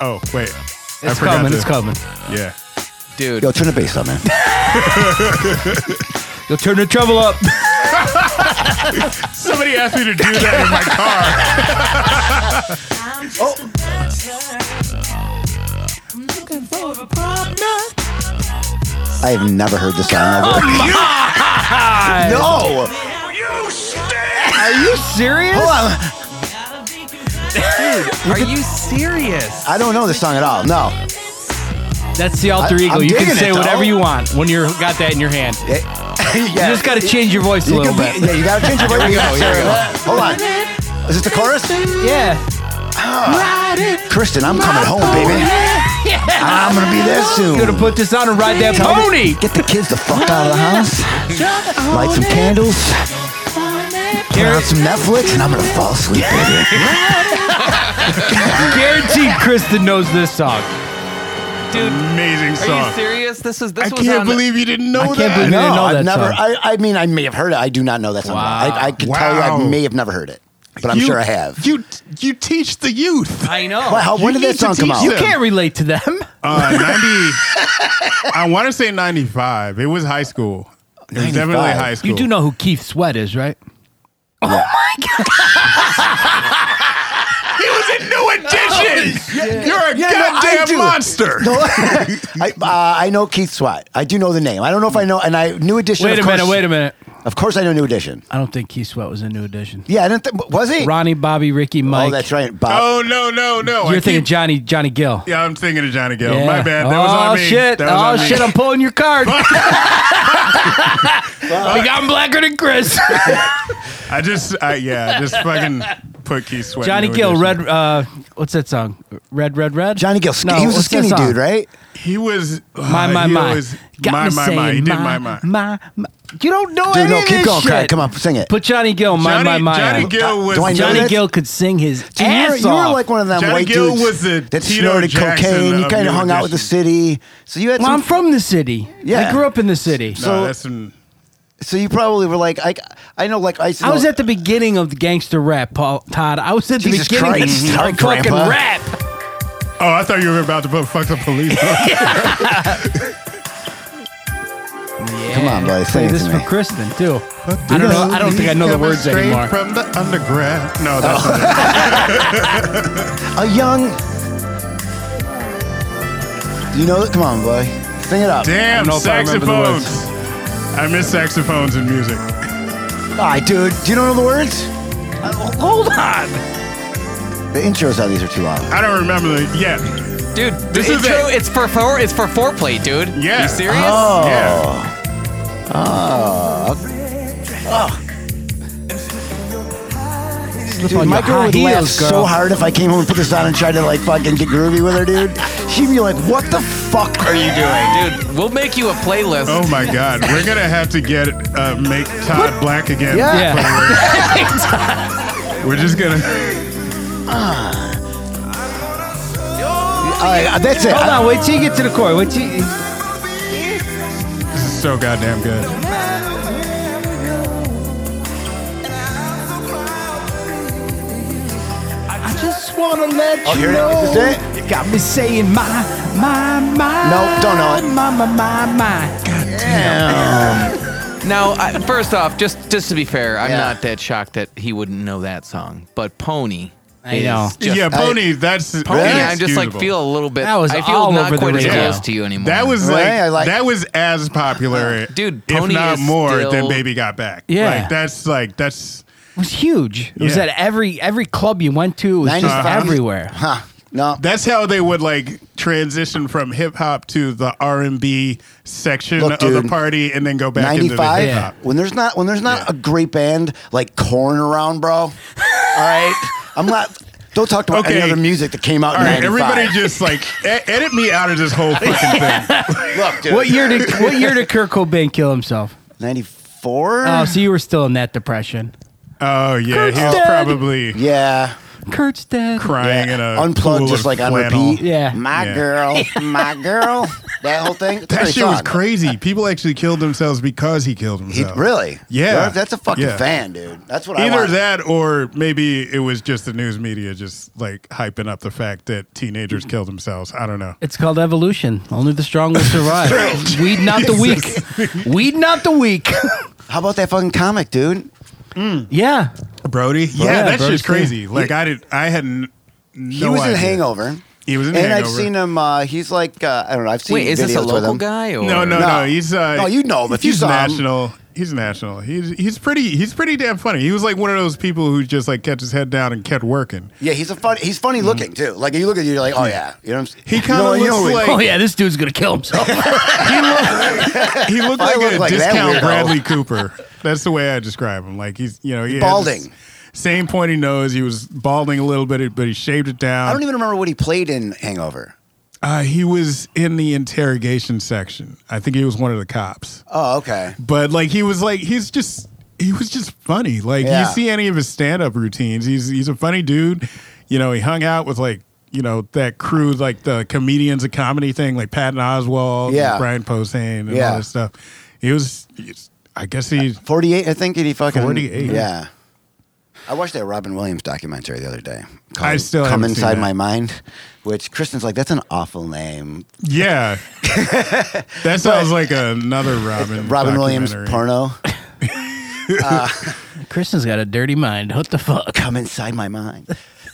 Oh, wait. I
It's
forgot
coming.
to-
It's coming.
Yeah.
Dude,
Yo, turn the bass up, man.
You'll turn the trouble up.
Somebody asked me to do that in my car.
Oh. I have never heard this song.
Oh,
Ever. No.
Are you serious?
Hold on.
are you serious?
I don't know this song at all. No.
That's the alter
I-
ego.
I'm
you can
digging
say
it,
whatever
though.
you want when you are got that in your hand.
It- yeah.
You just got to change your voice a
You
little
can be-
bit.
Yeah, you gotta change your voice.
here we go.
Hold on. Is this the chorus?
Yeah.
Ah. Kristen, I'm coming home, baby. I'm gonna be there soon.
You're gonna put this on and ride that
Tell me to
pony.
Get the kids the fuck out of the house. Light some candles. Turn on some Netflix, and I'm gonna fall asleep, baby.
Guaranteed, Kristen knows this song.
Dude,
Amazing
are you
song.
serious? This is this
I
was on
can't believe you didn't know
I can't
that.
believe- didn't know
I've
that
never.
song.
I, I mean, I may have heard it. I do not know that song. I, I can tell you,
Wow.
I may have never heard it, but I'm
You-
sure I have.
You you teach the youth.
I know.
Wow, how- when
you
did that
need to
song come
teach
out?
you
them.
can't relate to them.
Uh, 90, I want to say 95. It was high school. It was definitely
95.
high school.
You do know who Keith Sweat is, right?
He was in New Edition. You're a
no, I
goddamn
do
monster.
No, I, uh, I know Keith Swat. I do know the name. I don't know if I know. And I New Edition.
Wait
of
a
course,
minute. Wait a minute.
Of course, I know New Edition.
I don't think Keith Sweat was in New Edition.
Yeah, I didn't. Th- was he?
Ronnie, Bobby, Ricky, Mike.
Oh, that's right. Bob.
Oh no no no!
You're
I
thinking
keep-
Johnny Johnny Gill.
yeah, I'm thinking of Johnny Gill.
Yeah.
My bad. That
oh,
was on me.
shit.
That was
oh,
on me.
shit. I'm pulling your card. Like, I'm blacker than Chris.
I just I, yeah, I just fucking put Keith Sweat. in
Johnny
New
Gill,
Edition.
Red. Uh, what's that song? Red, Red, Red?
Johnny Gill.
No,
he was a
what's that
skinny
song?
dude, right?
He was
My,
uh,
my,
he
my.
was-
Got
my
me
my
saying
my. He did my my.
my, my. You don't know
Dude,
any
no,
of
keep
this
going,
shit.
Craig. Come on, sing it.
Put Johnny Gill, my,
Johnny,
my, my.
Johnny
on.
Gill was
do I know
Johnny
this?
Gill could sing his
Dude, you, were,
ass
you were
off.
like one of them
Johnny
white
Gill
dudes
was the
that
Tito
snorted
Jackson
cocaine. You
of
kind
New
of hung out with the
Edition.
city, so you had
Well,
some
I'm from the city.
Yeah.
I grew up in the city.
No,
So-
that's an,
So you probably were like, I, I know, like I.
I was at the beginning of the gangster rap, Paul Todd. I was at the
Jesus
beginning
Christ.
of
Sorry,
the fucking
Grandpa.
rap.
oh, I thought you were about to put fuck the police. up.
Come on, buddy,
Play
sing it
this
to
for
me.
Kristen too. I don't know. I don't think I know the
Coming
words
straight
anymore. Oh.
From the underground. No, that's not it.
A young. You know it. Come on, boy. Sing it up.
Damn,
know if I remember the
saxophones.
words.
I miss saxophones in music.
All right, dude. Do you don't know the words?
Uh, hold on.
The intros on these are too long.
I don't remember the yeah.
Dude,
This
the
is
intro,
it.
it's for four, it's for foreplay, dude.
Yeah.
You serious?
Oh.
Yeah.
Slip
Dude,
on
my
your
girl
high
would laugh
heels, girl.
so hard if I came home and put this on and tried to like fucking get groovy with her, dude. She'd be like, "What the fuck are you doing?"
Dude, we'll make you a playlist.
Oh my God, we're gonna have to get uh, make Todd black again.
Yeah.
Yeah.
We're just gonna.
All right, that's it.
Hold on. Wait till you get to the core. Wait till. You,
This is so goddamn good.
I just wanna let
Oh,
you
here it
know.
is. Is it?
You got me saying my, my, my.
No, don't know it.
My, my, my, my.
Now, I, first off, just just to be fair, I'm
Yeah.
not that shocked that he wouldn't know that song, but Pony.
I
is
know.
Just,
yeah, Pony. that's
Pony.
that's
I'm just like
excusable.
feel a little bit.
That was
I feel
all
not
over the
quite as
radio.
close to you anymore.
That was like,
Right, I like-
that was as popular,
Uh, Dude,
if
Pony
not
is
more than
still-
Baby Got Back.
Yeah.
like, that's like that's
It was huge. It was
Yeah.
at every every club you went to. It was
Nineties,
just
uh-huh.
everywhere.
Huh? No.
that's how they would like transition from hip hop to the R and B section
Look,
of the
dude,
party, and then go back into the
Ninety-five.
hip hop.
When there's not when there's not
Yeah.
a great band like Corn around, bro. All right, I'm not. Don't talk about
Okay.
any other music that came out.
All
in
right,
95.
everybody, just like e- edit me out of this whole fucking thing.
Look, dude.
What year did What year did Kurt Cobain kill himself?
94?
Oh, so you were still in that depression.
Oh yeah, he
Kurt's
was
dead.
probably
yeah.
Kurt's dead.
crying in a
Unplugged,
pool
just
of
like on
flannel.
repeat.
Yeah.
Uh, My
Yeah.
girl, my girl. That whole thing. It's a
That
great
shit was
song.
crazy. People actually killed themselves because he killed
He,
himself.
really?
Yeah.
Dude, That's a fucking
Yeah.
fan, dude. That's what I
Either
want.
that or maybe it was just the news media just like hyping up the fact that teenagers kill themselves. I don't know.
It's called evolution. Only the strong will survive. Weed not the weak. Weed not the weak.
How about that fucking comic, dude?
yeah.
Brody? Yeah,
Yeah,
that
Brody's
shit's crazy. Like I did I had n- no
He was in
idea.
Hangover.
He was in
and
Hangover.
I've seen him. Uh, he's like, uh, I don't know. I've seen
Wait, is this a
videos with
local
him.
guy? Or?
No, no, no,
No.
He's uh
No, you know him if you
he's
saw him.
national. He's national. He's he's pretty he's pretty damn funny. He was like one of those people who just like kept his head down and kept working.
Yeah, he's a fun. He's funny looking too. Like you look at you, you're like, oh yeah. You know what I'm saying?
Mm-hmm. He
You
kinda
know- you
looks
know,
like-
Oh yeah, this dude's gonna kill himself.
He looked, he looked
I
like
look
a
like that
discount
weirdo.
Bradley Cooper. That's the way I describe him. Like he's, you know, he had
Balding.
this Same pointy nose. He was balding a little bit, but he shaved it down.
I don't even remember what he played in Hangover.
uh, he was in the interrogation section. I think he was one of the cops.
Oh, okay.
But like he was like he's just he was just funny. Like
Yeah.
you see any of his stand up routines, he's he's a funny dude. You know, he hung out with like you know that crew, like the comedians of comedy thing, like Patton Oswald,
Yeah.
and Brian Posehn, and
Yeah.
all this stuff. He was, he's- I guess he.
48, I think, and he fucking
48.
Yeah. I watched that Robin Williams documentary the other day.
I still
Come
haven't seen
Inside
that.
My Mind, which Kristen's like, that's an awful name.
Yeah, that sounds like another Robin.
Robin Williams
documentary.
porno.
Kristen's got a dirty mind. What the fuck?
Come Inside My Mind.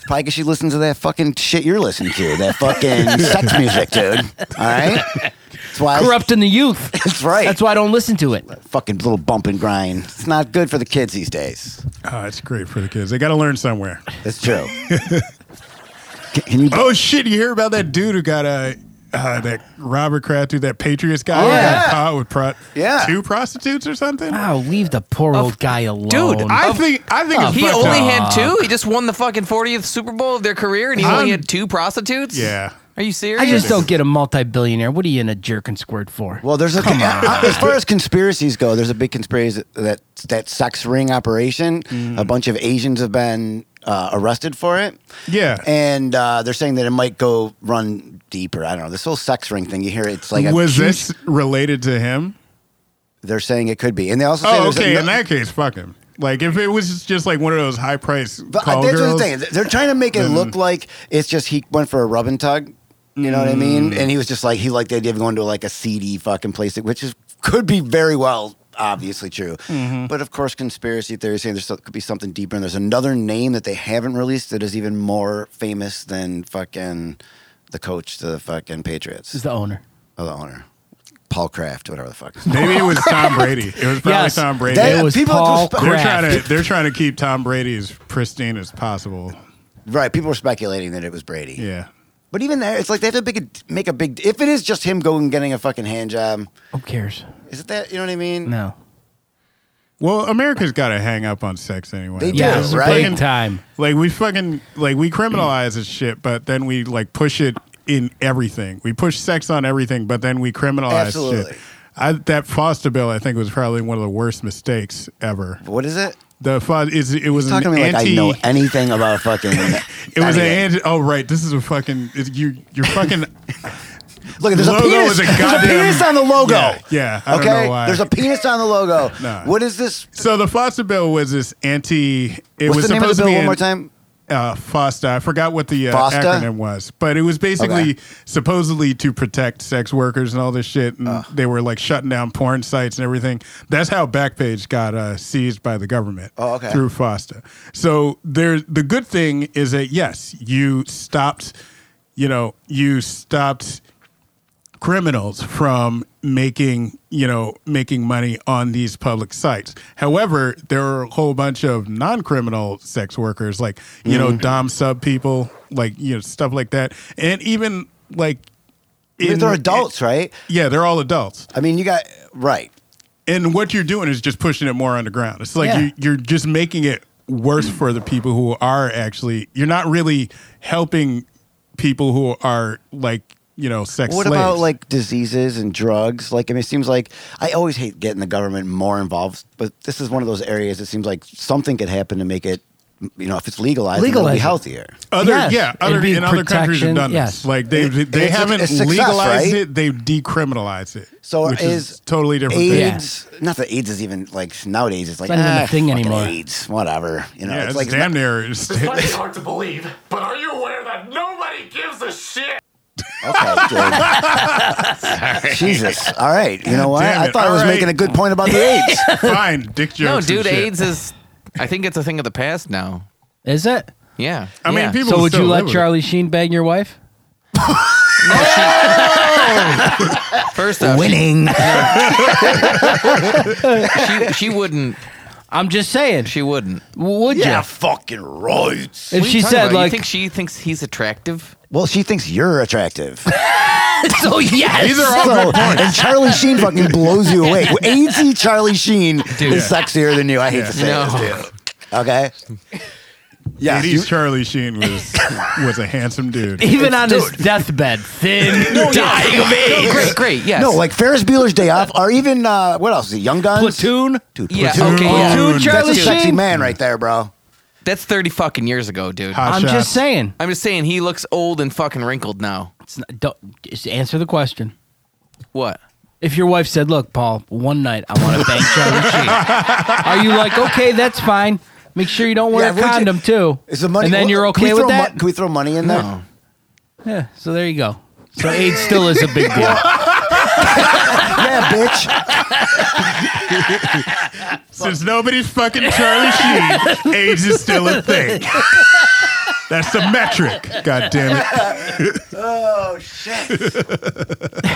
Probably because she listens to that fucking shit you're listening to, that fucking sex music, dude. All right, that's why. I,
Corrupting the youth.
that's right.
That's why I don't listen to it.
fucking little bump and grind. It's not good for the kids these days.
Oh, it's great for the kids. They got to learn somewhere.
That's true. can, can you?
Oh shit! You hear about that dude who got a uh, that Robert Kraft dude, that Patriots guy, who
Oh, yeah.
got caught with pro-
Yeah.
two prostitutes or something?
Wow, leave the poor old guy alone.
Dude,
I
Of-
think I think it's
He
fucked
only
up.
had two. He just won the fucking 40th Super Bowl of their career, and he
I'm-
only had two prostitutes.
Yeah.
Are you serious?
I just don't get a multi-billionaire. What are you in a jerk and squirt for?
Well, there's a uh, as far as conspiracies go, there's a big conspiracy that that sex ring operation. A bunch of Asians have been uh, arrested for it.
Yeah.
and uh, they're saying that it might go run deeper. I don't know. This whole sex ring thing you hear, it's like a
Was
huge-
this related to him?
They're saying it could be, and they also say
Oh,
there's a-
okay. In that case, fuck him. Like if it was just like one of those high price
But uh,
call
that's
girls.
the thing. They're trying to make it look like it's just he went for a rub and tug. You know what I mean? And he was just like he liked the idea of going to like a seedy fucking place, which is could be very well obviously true. But of course, conspiracy theories saying there's could be something deeper, and there's another name that they haven't released that is even more famous than fucking the coach, to the fucking Patriots,
This is the owner.
or the owner, Paul Kraft, whatever the fuck. His name.
Maybe it was Tom Brady. It was probably
Yes.
Tom Brady.
That-
it was
people
Paul
just-
they're
Kraft.
trying to they're trying to keep Tom Brady as pristine as possible.
Right? People were speculating that it was Brady.
Yeah.
But even there, it's like they have to make a, make a big. If it is just him going and getting a fucking hand job,
Who cares?
is it that you know what I mean?
No.
Well, America's got to hang up on sex anyway.
They
Yeah,
do,
this is
right?
big time.
Like we fucking like we criminalize this shit, but then we like push it in everything. We push sex on everything, but then we criminalize
Absolutely.
shit. I, that Foster bill, I think, was probably one of the worst mistakes ever.
What is it?
The fo- is it was
Talking to
an
me like
anti.
I know anything about fucking.
it was an
anything.
anti. Oh right, this is a fucking. It's, you you're fucking.
Look, there's a
logo
penis.
is a
there's a
goddamn-
penis on the logo.
Yeah, yeah, I don't
okay.
know why.
There's a penis on the logo.
No.
What is this?
so the Foster bill was this anti. It
What's
was
the name of
supposed
the bill?
to be
One
an-
more time.
uh, FOSTA. I forgot what the uh,
FOSTA?
acronym was, but it was basically
Okay.
supposedly to protect sex workers and all this shit. And they were like shutting down porn sites and everything. That's how Backpage got uh, seized by the government
Oh, okay.
through FOSTA. So there, the good thing is that yes, you stopped, you know, you stopped criminals from making you know making money on these public sites however there are a whole bunch of non-criminal sex workers like you
Mm-hmm.
know dom sub people like you know stuff like that and even like in-
they're adults, right?
yeah they're all adults
I mean, you got right.
and what you're doing is just pushing it more underground. It's like
Yeah.
you, you're just making it worse for the people who are actually. You're not really helping people who are like you know sex.
What
slaves.
about like diseases and drugs? Like, I mean, it seems like I always hate getting the government more involved, but this is one of those areas it seems like something could happen to make it, you know, if it's legalized, it'll
Legalize
be
it.
healthier.
other?
Yes,
yeah,
it'd
other
be
in other countries have
protection,
done
yes.
this. Like they they,
it's a-
haven't
it's success,
legalized
right?
it. They've decriminalized it.
So
which
is,
totally different. thing.
Yeah.
AIDS? Not that AIDS is even like nowadays. It's like
not even a
ah,
thing
fucking
anymore.
AIDS, whatever. You know,
Yeah,
it's
it's
like
damn near. it's-
might be hard to believe, but are you aware that nobody gives a shit?
okay, dude. Jesus. All right. You know what?
Damn
I
it.
thought I
All
was
right.
making a good point about the AIDS.
fine, dick jokes.
No,
and
dude,
shit.
AIDS is. I think it's a thing of the past now.
Is it?
Yeah.
I mean,
Yeah.
people-
So would
still
you
live
let
with
Charlie Sheen bang your wife?
First off, she,
Winning.
she, she wouldn't.
I'm just saying.
She wouldn't.
Would
yeah,
you?
fucking right.
If
What are
she
you talking
said
about?
like,
you think she thinks he's attractive?
Well, she thinks you're attractive.
so yes.
These are all
So,
good points.
and Charlie Sheen fucking blows you away. AZ Charlie Sheen is sexier than you. I hate to say
No.
this, dude. Okay. Yeah.
At least Charlie Sheen was was a handsome dude.
Even on his deathbed, thin, dying of
No,
AIDS.
great, great. Yes.
no, like Ferris Bueller's Day Off, or even uh, what else? The Young Guns.
Platoon.
Dude,
Yeah,
Platoon.
okay, yeah.
Platoon,
That's
Charlie
a sexy
Sheen.
man right there, bro.
That's 30 fucking years ago, dude.
Hot
I'm
shot.
just saying.
I'm just saying he looks old and fucking wrinkled now.
It's not, don't, just answer the question.
What?
If your wife said, "Look, Paul, one night I want to bang Charlie Sheen," are you like, "Okay, that's fine. Make sure you don't
Yeah,
wear
would
a
you-
condom too."
Is the money?
And then
well,
you're
can we
okay with
throw
that.
Mo- can we throw money in there?
yeah. So there you go. So AIDS still is a big deal.
Yeah, bitch.
Since nobody's fucking Charlie Sheen, AIDS is still a thing. That's That's the metric. God damn it.
Oh shit!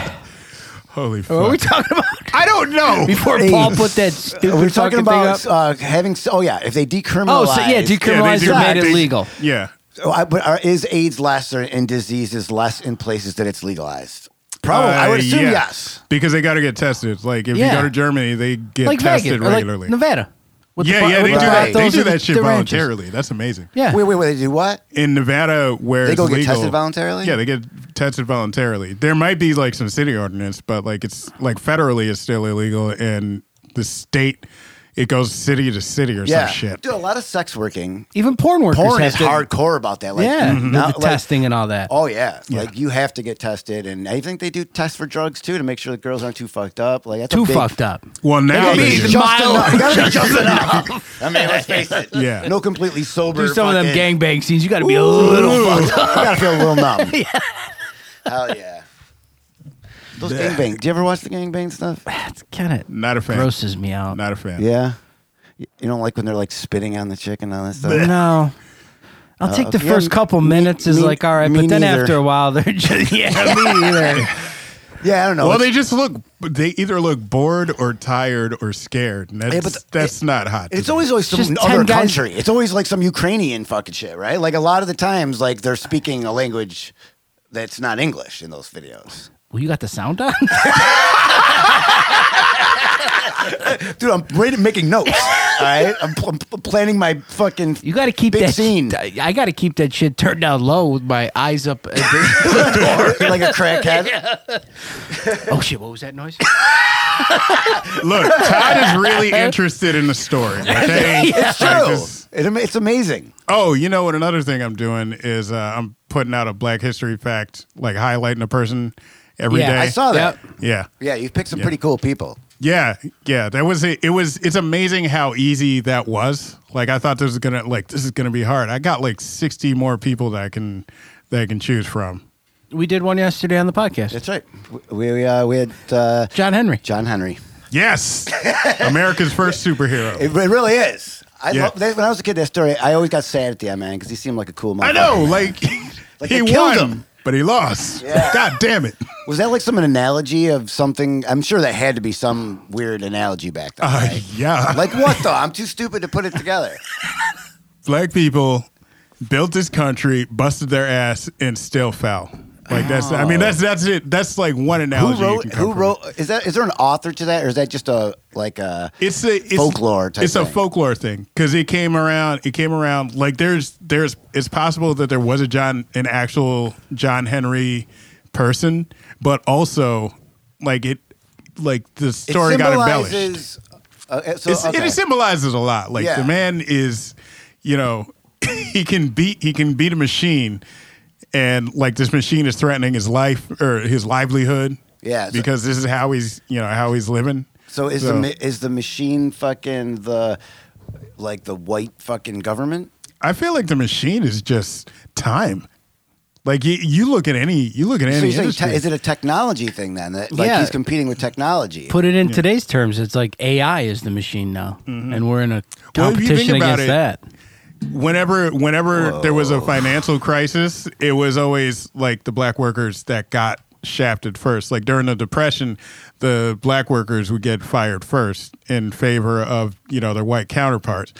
Holy fuck.
What are we talking about?
I don't know.
Before
AIDS.
Paul put that stupid
We're
fucking
talking about
thing up.
uh, having. s- Oh yeah, if they decriminalize.
Oh, so yeah, decriminalized
do-
or made
they-
it legal.
Yeah.
Oh, I- but are, is AIDS less or and disease is less in places that it's legalized? Probably, I would
Uh,
assume
yeah.
yes.
Because they got to get tested. Like if
Yeah.
you go to Germany, they get
Like Vegas,
tested
or like
regularly.
Nevada. With the
yeah,
bar-
yeah, they do
with the
that.
brothels
They
brothels
do
and
that shit
the ranches.
voluntarily. That's amazing.
Yeah.
Wait, wait, wait. They do what?
In Nevada, where
They go
it's
get
legal,
tested voluntarily?
Yeah, they get tested voluntarily. There might be like some city ordinance, but like it's like federally, it's still illegal, and the state, it goes city to city or
yeah,
some shit.
dude. A lot of sex working.
Even porn workers
Porn
have
is
to-
hardcore about that. Like,
yeah, with
not
the
like-
Mm-hmm. testing and all that.
Oh yeah. like you have to get tested, and I think they do tests for drugs too to make sure the girls aren't too fucked up. Like that's a
Too
big-
fucked up.
Well, now
Gotta
they
be
do.
just enough. Gotta be just enough. I mean, let's face it.
Yeah.
No completely sober.
Do some of them
fucking-
gangbang scenes. You got to be a little fucked up.
I gotta feel a little numb. Hell yeah. Those gangbang. Do you ever watch the gangbang stuff?
That's kind of
not a fan.
grosses me out.
Not a fan.
Yeah. You don't like when they're like spitting on the chick and all that stuff.
No. I'll take the
Uh, yeah,
first
me-
couple minutes is
me-
like all right,
me
but then
neither.
after a while they're just yeah me either.
Yeah, I don't know.
Well, they
it's,
just look. They either look bored or tired or scared, and that's
but the-
that's not hot. to
it's
me.
always always
just
some
10
other
guys-
country. It's always like some Ukrainian fucking shit, right? Like a lot of the times, like they're speaking a language that's not English in those videos.
Well, you got the sound on.
Dude, I'm ready making notes. all right, I'm, pl- I'm pl- planning my fucking.
You got to keep
Big
that
scene.
I, got to keep that shit turned down low with my eyes up. at the-
like a crackhead.
oh shit! What was that noise?
Look, Todd is really interested in the story. Okay?
It's
Like,
true.
this-
It ama- it's amazing.
oh, you know what? Another thing I'm doing is uh, I'm putting out a Black History fact, like highlighting a person every day.
Yeah,
I saw that.
Yeah,
Yeah, you've picked some
Yeah.
pretty cool people.
yeah, yeah. That was it. It was. It's amazing how easy that was. Like I thought this was gonna like this is gonna be hard. I got like 60 more people that I can that I can choose from.
We did one yesterday on the podcast.
That's right. We we, uh, we had uh,
John Henry.
John Henry.
Yes, America's first superhero.
It, it really is. I
Yeah.
love that, when I was a kid. That story, I always got sad at the end, man, because he seemed like a cool.
I
motherfucker.
know, like,
Like,
he
they killed
won,
him.
but he lost.
Yeah.
God damn it!
Was that like some analogy of something? I'm sure that had to be some weird analogy back then.
Uh,
right?
yeah,
Like what though? I'm too stupid to put it together.
black people built this country, busted their ass, and still fell. Like that's, I mean, that's that's it. That's like one
who
analogy. you
wrote?
can come
Who
from.
wrote? Is that? Is there an author to that, or is that just a like a?
It's a it's,
Folklore type
it's a
thing.
folklore thing because it came around. It came around like there's there's it's possible that there was a John an actual John Henry person, but also like it like the
It
story got embellished.
symbolizes- uh, so,
It's,
okay.
It symbolizes a lot. Like
Yeah.
the man is, you know, he can beat he can beat a machine, and like this machine is threatening his life or his livelihood.
Yeah, it's-
because this is how he's you know how he's living.
So is the the is the machine fucking the like the white fucking government?
I feel like the machine is just time. Like you, you look at any you look at
So
any
you're saying
industry.
te- is it a technology thing then? That like
Yeah.
he's competing with technology.
Put it in today's terms, it's like AI is the machine now,
Mm-hmm.
and we're in a
Well, if you think
competition
about
against
it-
that.
whenever whenever there was a financial crisis, it was always like the black workers that got shafted first. Like during the depression, the black workers would get fired first in favor of, you know, their white counterparts.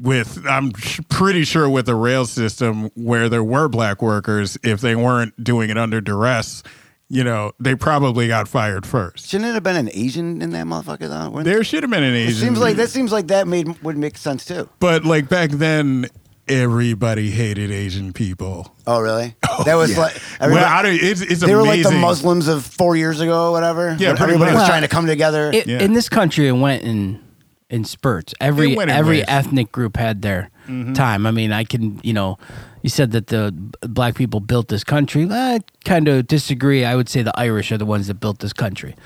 With I'm sh- pretty sure with the rail system where there were black workers, if they weren't doing it under duress, you know, they probably got fired first.
Shouldn't it have been an Asian in that motherfucker though? Wouldn't-
There should have been an
it
Asian.
seems like that seems like that made would make sense too.
but like back then, everybody hated Asian people.
Oh really? that was like
well,
everybody-
I don't, it's, it's
they
amazing.
were like the Muslims of four years ago, or whatever.
Yeah,
when
pretty
everybody was
much.
trying to come together.
It,
Yeah.
In this country, it went in in spurts. Every
It went in
every
waves. Mm-hmm.
ethnic group had their time. I mean, I can you know, you said that the b- black people built this country. I kind of disagree. I would say the Irish are the ones that built this country.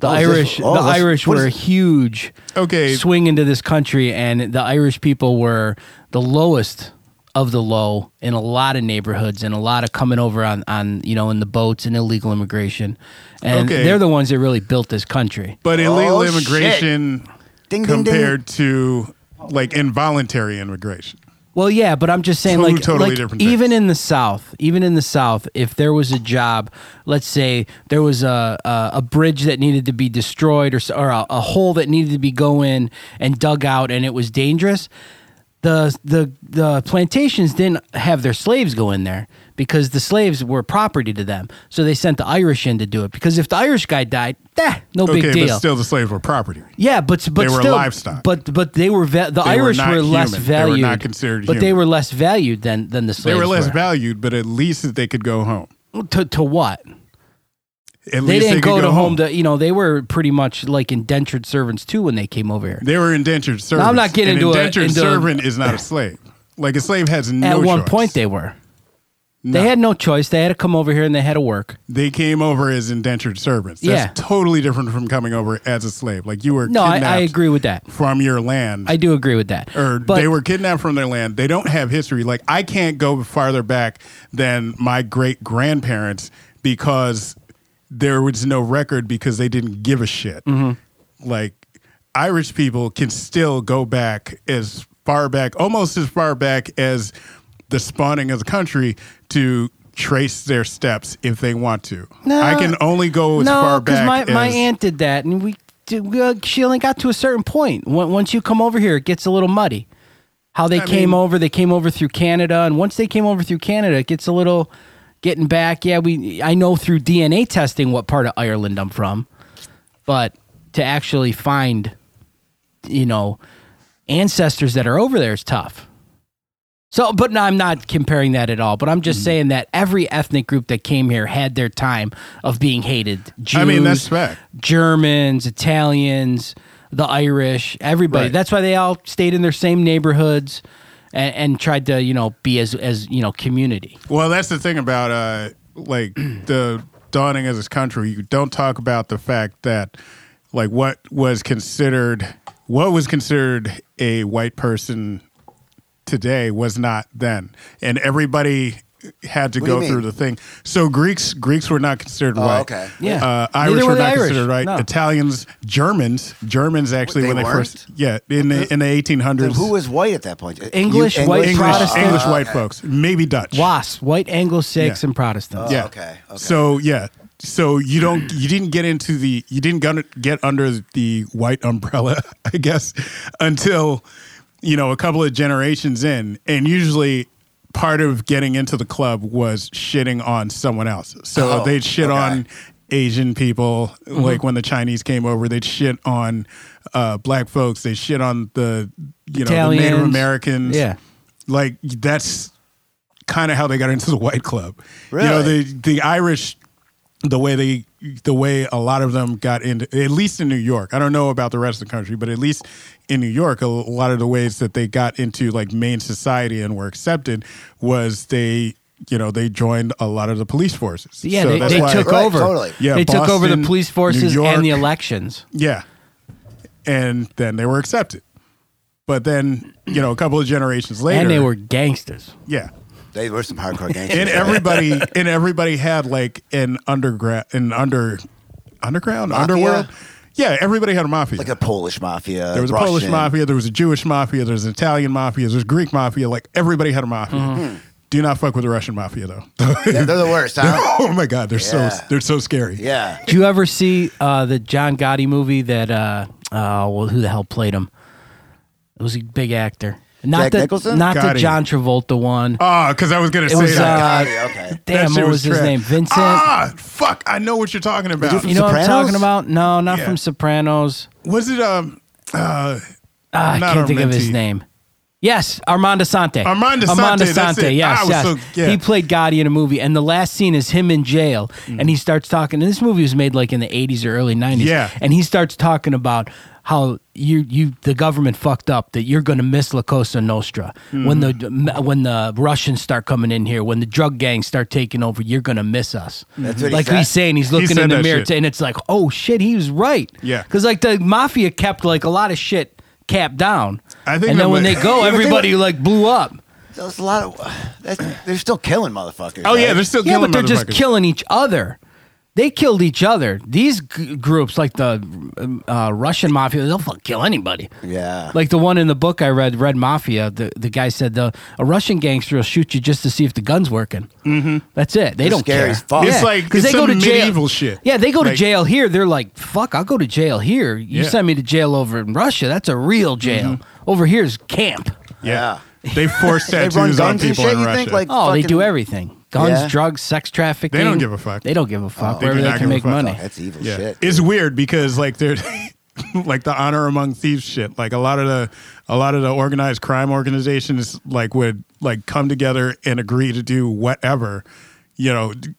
The
Oh, is this-
Irish,
oh,
the
that's-
Irish
what
were
is-
huge.
Okay.
swing into this country, and the Irish people were the lowest of the low in a lot of neighborhoods and a lot of coming over on on you know in the boats and illegal immigration, and
Okay.
they're the ones that really built this country.
But illegal
Oh,
immigration
Ding, ding, ding.
compared to like involuntary immigration.
Well, yeah, but I'm just saying,
Two
like,
totally
like,
different things.
even in the South, even in the South, if there was a job, let's say there was a a, a bridge that needed to be destroyed or s- or a, a hole that needed to be go in and dug out, and it was dangerous. The, the the plantations didn't have their slaves go in there because the slaves were property to them. So they sent the Irish in to do it because if the Irish guy died, eh, no big
okay,
deal.
but still the slaves were property.
Yeah, but but
They were
still,
livestock.
But but they were va- the
They were
Irish
not
were, less
human. They were
valued.
not considered
but they
human.
were less valued than than the
They
slaves.
were less valued, but at least they could go home.
valued to to what?
At
They
least
didn't
could
go, to home to you know they were pretty much like indentured servants too when they came over here.
They were indentured servants.
I'm not getting
An
into a-
indentured
into a-
servant is not a slave. Like a slave has no.
At one
choice.
point they were.
No.
They had no choice. They had to come over here and they had to work.
They came over as indentured servants. That's
Yeah.
totally different from coming over as a slave. Like you were.
No, I, I
kidnapped
agree with that.
From your land,
I do agree with that.
or
but,
they were kidnapped from their land. They don't have history. Like I can't go farther back than my great grandparents because there was no record because they didn't give a shit.
Mm-hmm.
Like Irish people can still go back as far back, almost as far back as the spawning of the country to trace their steps if they want to.
No.
I can only go as
no,
far
because
back
my, my
as-
aunt did that, and we, did- we, uh, she only got to a certain point. When- Once you come over here, it gets a little muddy. How they
I
came
mean-
over, they came over through Canada, and once they came over through Canada, it gets a little getting back. Yeah, we I know through DNA testing what part of Ireland I'm from, but to actually find, you know, ancestors that are over there is tough. So, but no, I'm not comparing that at all. But I'm
Mm-hmm.
just saying that every ethnic group that came here had their time of being hated. Jews,
I mean, that's fact.
Germans, Italians, the Irish, everybody.
Right.
That's why they all stayed in their same neighborhoods and, and tried to, you know, be as as you know, community.
Well, that's the thing about uh, like the dawning of this country. You don't talk about the fact that like what was considered what was considered a white person today was not then, and everybody had to
do
go
you
through
mean?
the thing. So Greeks Greeks were not considered
Oh,
white.
okay.
Yeah.
Uh,
Neither
Irish
were
were
the
not
Irish,
considered right.
no.
Italians, Germans, Germans actually
They
when they
weren't?
first yeah in the, in the eighteen
Then
hundreds.
who was white at that point? You-
English, white
English
Protestant?
English
Oh,
white
okay.
folks, maybe Dutch.
WAS, white Anglo Saxon Protestants.
yeah.
Oh,
Uh,
okay, okay.
So yeah. So you don't you didn't get into the you didn't gun- get under the white umbrella, I guess, until you know a couple of generations in, and usually part of getting into the club was shitting on someone else. So
Oh,
they'd shit
okay. Mm-hmm.
on Asian people, like when the Chinese came over, they'd shit on uh, black folks, they shit on the you know the Native
Italians.
Americans,
Yeah.
like that's kind of how they got into the white club. You know, the
Really?
the Irish, the way they, the way a lot of them got into, at least in New York. I don't know about the rest of the country, but at least in New York, a lot of the ways that they got into like main society and were accepted was they, you know, they joined a lot of the police forces.
Yeah,
So
they,
that's
they
why-
took
Right,
over.
totally.
Yeah,
they took over the
Boston,
police forces
New
and the
York.
elections.
Yeah. And then they were accepted. But then, you know, a couple of generations later,
And they were gangsters.
yeah.
They were some hardcore gangsters.
and everybody and everybody had like an underground an under underground
Mafia?
underworld yeah everybody had a mafia
like a Polish mafia.
there was a polish
Russian.
mafia there was a jewish mafia there was an italian mafia there was greek mafia like everybody had a mafia
Mm-hmm.
do not fuck with the russian mafia though
Yeah, they're the worst, huh?
oh my god they're
Yeah.
so they're so scary
yeah.
Did you ever see uh, the John Gotti movie that? Uh, uh, well, who the hell played him? It was a big actor. Not
Jack
the
Nicholson?
not
Gotti.
the John Travolta one.
oh because i was gonna
It
say
was,
that,
uh,
Gotti, okay.
That
Damn,
shit
what was, his
trash.
name? Vincent.
ah fuck i know what you're talking about
you know what I'm
Sopranos?
talking about? No, not
Yeah.
from Sopranos.
was it um uh
Ah, I
Not
can't think of his
Armenti.
name. Yes, Armando Sante.
Armando
Armando
Sante, that's it.
Yes,
I was
yes.
so- yeah.
He played Gotti in a movie, and the last scene is him in jail, and he starts talking. And this movie was made like in the '80s or early '90s.
Yeah.
and he starts talking about how you you the government fucked up that you're going to miss La Cosa Nostra
Hmm.
when the when the Russians start coming in here, when the drug gangs start taking over, you're going to miss us.
That's what he
like
said.
he's saying, he's looking
said
in the
that
mirror,
shit.
t- and it's like, oh shit, he was right.
Yeah.
because like the mafia kept like a lot of shit capped down.
I think
and
that
then when
might-
they go,
Yeah, but they
everybody
were-
like blew up.
There's a lot of. That's, they're still killing motherfuckers.
oh yeah
right?
they're still
Yeah,
killing
but they're just
motherfuckers.
killing each other. They killed each other. These g- groups, like the um, uh, Russian mafia, they'll fuck kill anybody.
Yeah.
Like the one in the book I read, Red Mafia. The the guy said the a Russian gangster will shoot you just to see if the gun's working. Mm-hmm. That's it. They
They're
don't
scary
care.
as fuck.
It's like-
because
it's
they go to
some
jail.
medieval shit.
Yeah, they go to
Like-
jail here. They're like, fuck, I'll go to jail here. You
Yeah. Mm-hmm.
send me to jail over in Russia. That's a real jail. Over here is camp.
Yeah. They force tattoos
run
on
guns and
people
shit,
in
you
Russia.
think? Like-
Oh, they do
Fucking-
everything: guns,
Yeah.
drugs, sex trafficking.
They don't give a fuck.
They don't give a fuck.
They
Wherever
do
they
not
can
give a
make
fuck.
money.
Oh, that's evil
yeah.
shit.
It's weird because like they're like the honor among thieves shit. Like a lot of the a lot of the organized crime organizations like would like come together and agree to do whatever, you know, d-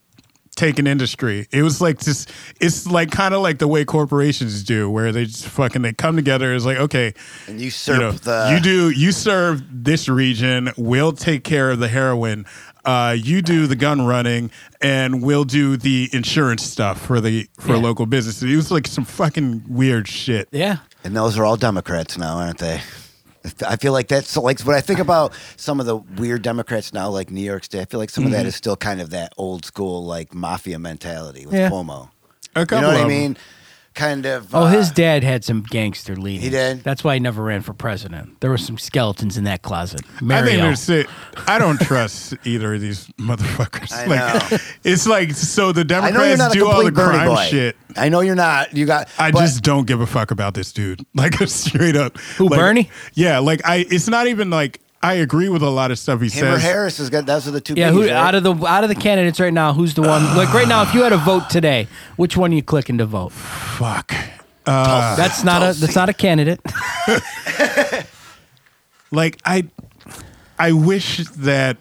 take an industry. It was like just it's like kind of like the way corporations do where they just fucking they come together it's like okay,
and usurp
you know,
the.
you do you serve this region we'll take care of the heroin uh, you do the gun running and we'll do the insurance stuff for the for
Yeah.
local businesses it was like some fucking weird shit
Yeah.
And those are all Democrats now, aren't they? I feel like that's like when I think about some of the weird Democrats now, like New York State. I feel like some of
Mm-hmm.
that is still kind of that old school like mafia mentality with
Yeah.
Cuomo.
a
You
couple
know what
of
I
'em.
mean? Kind of.
Oh,
uh,
his dad had some gangster leadings.
He did?
That's why he never ran for president. There were some skeletons in that closet.
I think
Mario.
there's it. I don't trust either of these motherfuckers.
I
like
know.
it's like so the
I know you're
Democrats
not a
do all the
complete Bernie
crime
boy.
shit.
I know you're not. You got.
I
but-
just don't give a fuck about this dude. Like straight up.
Who,
Like,
Bernie?
Yeah, like I it's not even like I agree with a lot of stuff he
Him or
says.
Harris has got. Those are the two.
Yeah, who
biggies, right?
out of the out of the candidates right now? Who's the one? like right now, if you had a vote today, which one you clicking to vote?
Fuck. Uh,
That's not a that's not a candidate.
Like I I wish that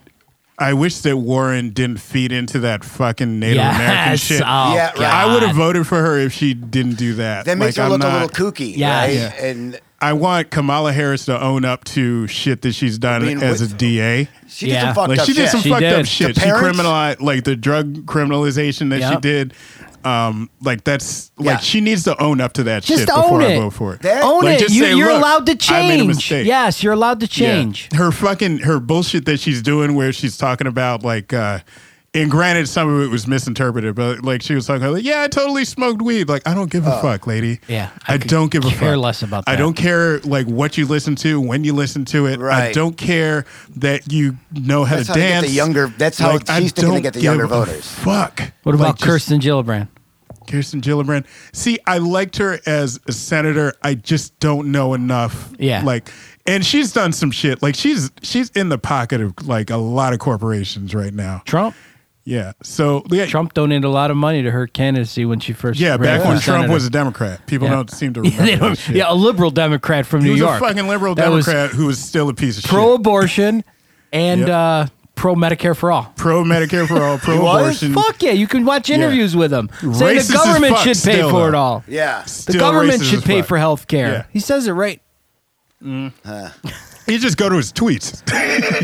I wish that Warren didn't feed into that fucking Native American
yes.
shit.
Oh,
Yeah, right.
I would have
God.
voted for her if she didn't do that.
That makes
Like,
her
I'm
look
not-
a little kooky.
Yeah.
right?
Yeah.
And
I want Kamala Harris to own up to shit that she's done
mean,
as
with-
a DA.
she did
Yeah.
some fucked
Like
up
she did
shit.
some
She
fucked up
did.
shit.
The
She
parents-
criminalized like the drug criminalization that she
Yep.
did. Um, like that's
Yeah.
like she needs to own up to that
Just
shit before
own
I
it.
vote for it.
That-
Oh. Own
Like,
it.
just
You,
say,
you're
"Look,
allowed to
I made a
change.
mistake."
Yes, you're allowed to
Yeah.
change.
Her fucking her bullshit that she's doing where she's talking about like uh and granted some of it was misinterpreted, but like she was talking about like, yeah, I totally smoked weed. Like I don't give
Oh.
a fuck, lady.
Yeah,
I,
I could
don't give a fuck.
care less about
I
that.
don't care like what you listen to, when you listen to it. I
Right.
don't care that you know how
That's
to
how they get
dance.
the younger- that's how she's thinking to
don't
get the
give
younger
a
voters.
Fuck.
What
Like,
about
just-
Kirsten Gillibrand?
Kirsten Gillibrand. See, I liked her as a senator. I just don't know enough.
Yeah.
Like, and she's done some shit. Like she's she's in the pocket of like a lot of corporations right now.
Trump.
Yeah. So yeah,
Trump donated a lot of money to her candidacy when she first.
Yeah.
ran
Back
for
when
senator.
Trump was a Democrat, people
Yeah.
don't seem to
yeah,
remember.
they
that
don't-
shit.
yeah, a liberal Democrat from
He
New
was
York.
a fucking liberal
That was
Democrat who was still a piece of shit.
pro-abortion and
Yep.
uh, pro-Medicare for all.
Pro Medicare for all, pro abortion.
Fuck yeah, you can watch interviews with him.
Racist
Saying
as
the government
fuck
should pay
still,
for
though.
it all.
Yeah.
The
Still
government
racist as
should pay
fuck.
for health care.
Yeah.
He says it right.
He just go to his tweets.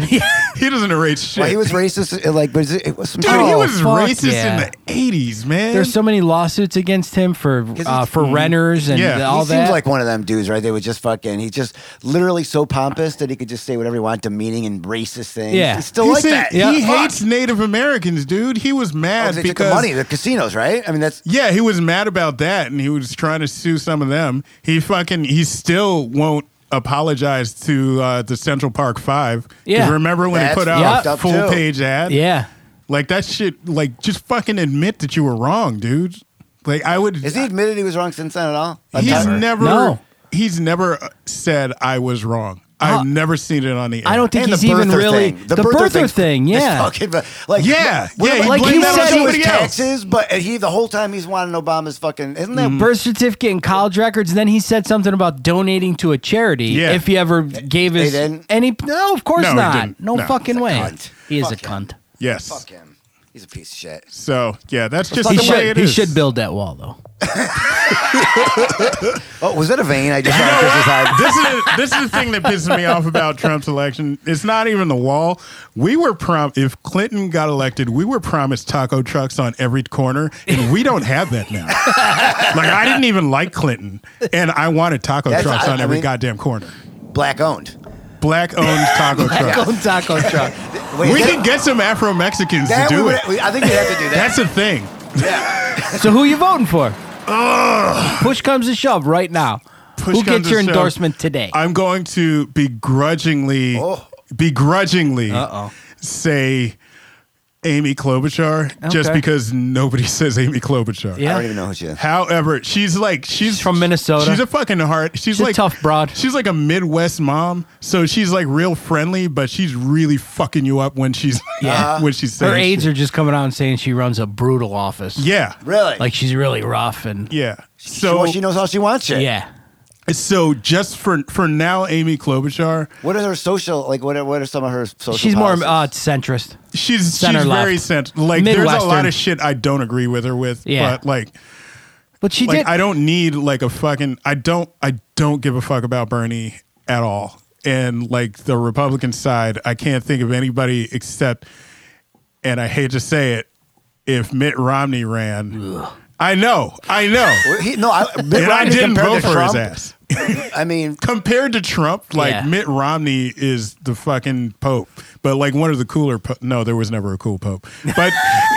he doesn't erase shit.
Well, he was racist. uh, Like, was it, it was some
Dude,
shit-
he
Oh,
was
fuck
racist
yeah.
in the eighties, man.
There's so many lawsuits against him for uh,
he's-
for renters and
Yeah.
all
he
that.
seems like one of them dudes, right? They would just fucking. He's just literally so pompous that he could just say whatever he wanted, demeaning and racist things.
Yeah.
he's still
He
like
said-
that.
Yeah.
He
Fuck.
hates Native Americans, dude. He was
Oh,
mad
they took
because
the money, the casinos, right? I mean, that's
yeah, he was mad about that, and he was trying to sue some of them. He fucking he still won't apologize to uh, the Central Park Five. 'Cause
Yeah.
remember when he
That's
put
fucked
out a
up,
full
too.
page ad?
yeah.
like that shit. Like just fucking admit that you were wrong, dude. Like I would.
has he admitted he was wrong since then at all? Like,
he's
that-
never.
No.
He's never uh, said I was wrong. I've never seen it on the. Air.
I don't think
and
he's
the
even
birther
really
thing.
the, birther thing.
is
yeah.
fucking- like
Yeah,
what
yeah,
about-
he
Like,
like
blamed
he
that on
said it was
somebody else.
taxes, but he the whole time he's wanting Obama's fucking isn't that
birth certificate and college records. And then he said something about donating to a charity
Yeah.
if he ever gave
They
his
didn't?
any. No, of course
No, he didn't.
not. No,
No.
fucking way.
cunt.
He is
Fuck
a
him.
cunt.
Yes.
fuck him? He's a piece of shit.
So yeah, that's just
He
the way
should,
it
he
is.
should build that wall though.
Oh, was that a vein? I just saw on Chris's side.
this is this is the thing that pisses me off about Trump's election. It's not even the wall. We were prom if Clinton got elected, we were promised taco trucks on every corner, and we don't have that now. like I didn't even like Clinton, and I wanted taco
That's-
trucks
I-
on
I
every
mean-
goddamn corner.
Black owned.
Black owned taco trucks.
Own taco truck.
Wait,
We
that-
could get some Afro Mexicans to
that we
do
would-
it.
we- I think we have to do that.
That's a thing.
yeah.
So who you voting for? Push comes to shove right now.
Push comes
who gets
to
your
shove.
endorsement today?
I'm going to begrudgingly,
Oh.
begrudgingly
Uh-oh.
say Amy Klobuchar just
Okay.
because nobody says Amy Klobuchar.
I
yeah.
don't even know who she is.
However, she's like she's
from Minnesota.
She's a fucking heart. She's,
She's a
like
tough broad.
She's like a Midwest mom, so she's like real friendly, but she's really fucking you up when she's
Yeah.
when she's saying
Her aides
shit.
are just coming out and saying she runs a brutal office.
yeah
Really?
Like she's really rough and
yeah.
so
So
she knows how she wants it.
yeah.
so just for for now, Amy Klobuchar,
What are her social? Like, what are, what are some of her social?
She's more
policies?
uh, centrist.
she's
Center
she's
left.
very sent. Like there's a lot
Midwestern.
of shit I don't agree with her with.
Yeah.
But like
But she
like
did.
I don't need like a fucking I don't I don't give a fuck about Bernie at all. And like the Republican side, I can't think of anybody except and I hate to say it, if Mitt Romney ran. I know, I know.
uh,
Well, he- no, I, Mitt
and I
Romney
didn't
compared
vote
to
for his
Trump.
ass.
I mean,
Compared to Trump, like
Yeah.
Mitt Romney is the fucking pope, but like one of the cooler. Po- no, there was never a cool pope, but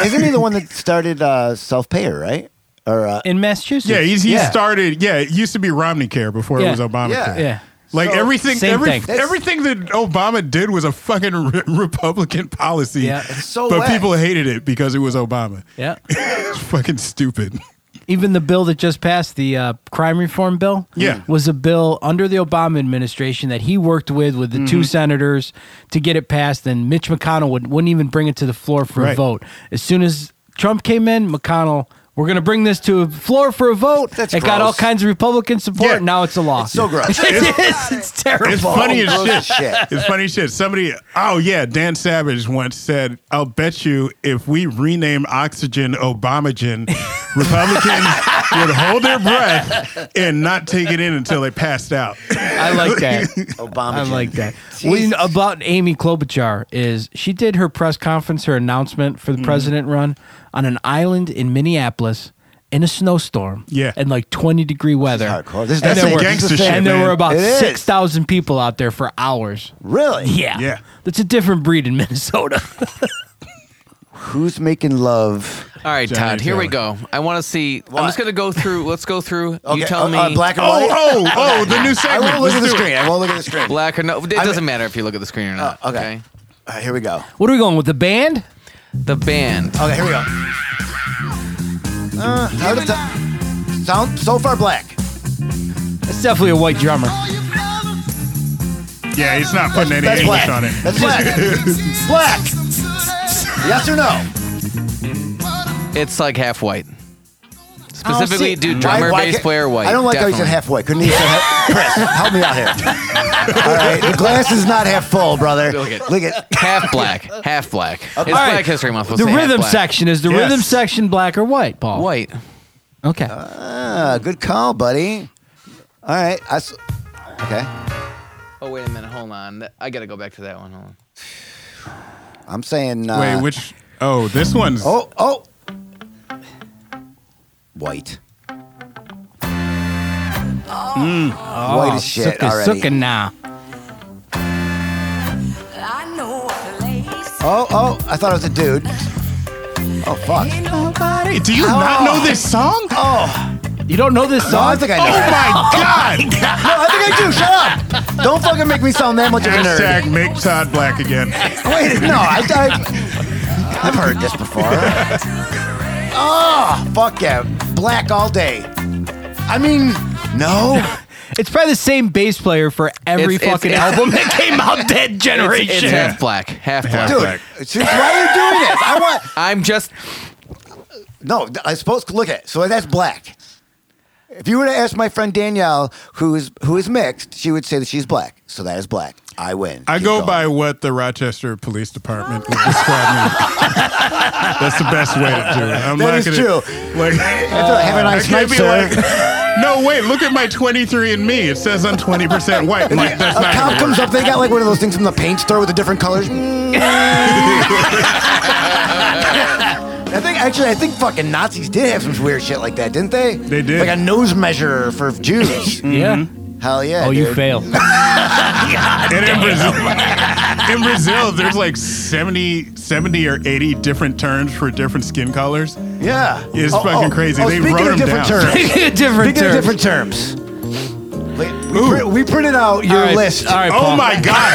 isn't he the one that started uh, self-payer, right? Or uh,
in Massachusetts.
yeah, he's, he
yeah.
started. Yeah, it used to be Romney Care before
Yeah.
it was Obamacare.
Yeah.
Yeah.
Like
So-
everything,
Same
every,
thing.
That's-
everything that Obama did was a fucking re- Republican policy.
Yeah, it's
so
but
whack.
people hated it because it was Obama.
Yeah.
It's fucking stupid.
Even the bill that just passed, the uh, crime reform bill,
Yeah.
was a bill under the Obama administration that he worked with with the two senators to get it passed. And Mitch McConnell would, wouldn't even bring it to the floor for a
Right.
vote. As soon as Trump came in, McConnell, we're going to bring this to a floor for a vote.
That's
it got all
gross.
kinds of Republican support.
Yeah.
and Now it's a law. It's
so gross.
it is. It's terrible.
It's funny as
Bullshit.
shit. It's funny as shit. Somebody, oh yeah, Dan Savage once said, "I'll bet you if we rename oxygen Obamagen, Republicans would hold their breath and not take it in until they passed out."
I like that.
Obama.
I like that.
Jeez.
What you know about Amy Klobuchar is she did her press conference, her announcement
Mm-hmm.
for the president run on an island in Minneapolis in a snowstorm.
Yeah.
and like twenty degree weather.
hardcore. This is-
and
that's
there
some
were,
gangster
and
shit,
there
man.
were about
It is. Mm.
six thousand people out there for hours.
Really?
Yeah,
Yeah.
That's a different breed in Minnesota.
Who's making love?
All right,
Johnny
Todd. Here we go.
Taylor.
I want to see. I'm
What?
just gonna go through. Let's go through. You tell
uh,
me.
uh, black and
Oh,
white.
oh, oh! The new
I
segment.
won't look
Let's
at the
do it.
screen. I won't look at the screen.
Black or no? It doesn't
mean-
matter if you look at the screen or not.
Oh, okay.
okay.
All right, here we go.
what are we going with? The band?
The band.
Okay, here we go. Uh, how does that sound? So far, black.
It's definitely a white drummer.
Yeah, he's not putting any
That's
English
black.
on it.
That's black. black. Yes or no?
It's like half white.
I don't
Specifically,
see-
dude, drummer,
Why- why
bass
can't-
player, white.
I don't like how
Definitely.
you said half white. Couldn't you say half? Chris, help me out here. All right, the glass is not half full, brother.
Look at-
look at.
half black, half black. It's
Okay.
Black History Month. we'll
The
say half
rhythm
black.
section is the
Yes.
rhythm section black or white, Paul?
White.
Okay.
Ah, good call, buddy. All right. I s okay.
Oh wait a minute, hold on. I gotta go back to that one. Hold on.
I'm saying. Uh,
Wait, which? Oh, this one's.
Oh, oh. White. White
Oh,
as shit
Sucka,
already.
sucka now.
Oh, oh. I thought it was a dude. Oh, fuck.
Hey, do you not know this song? Oh
You don't know this
No,
song?
I think I know. that.
my god!
No, I think I do. Shut up. Don't fucking make me sound that much of a nerd.
Hashtag make Todd black again.
Wait, no. I, I, I've heard this before. oh, fuck yeah. Black all day. I mean, no.
It's probably the same bass player for every
It's- it's-
fucking
it's-
album that came out that generation.
It's half black, half black.
Dude,
Black.
seriously, why are you doing this? I want.
I'm just.
No, I suppose look at it. So that's black. If you were to ask my friend Danielle, who is who is mixed, she would say that she's black. So that is black. I win.
I
Keep
go
going.
by what the Rochester Police Department would describe me. That's the best way to do it. I'm
That
not
is
gonna,
true.
Like,
Uh, have a
I
nice night,
can't be
sir.
like, no, wait, look at my 23 and me. It says I'm 20% white. I'm Like, that's
a
not
cop
gonna
comes
work.
up. They got like one of those things from the paint store with the different colors. Mm. I think actually, I think fucking Nazis did have some weird shit like that, didn't they?
They did.
Like a nose measure for Jews.
yeah.
Mm-hmm.
Hell yeah.
Oh, you
dude.
fail.
And in Brazil, in Brazil, there's like 70, 70 or 80 different terms for different skin colors.
Yeah. Oh,
It's fucking crazy. They
speaking
wrote
of
'em
different
down.
terms.
different
Speaking of
terms.
different terms. Like, we, print- we printed out your
All right,
list.
All right,
Oh
Paul.
my god!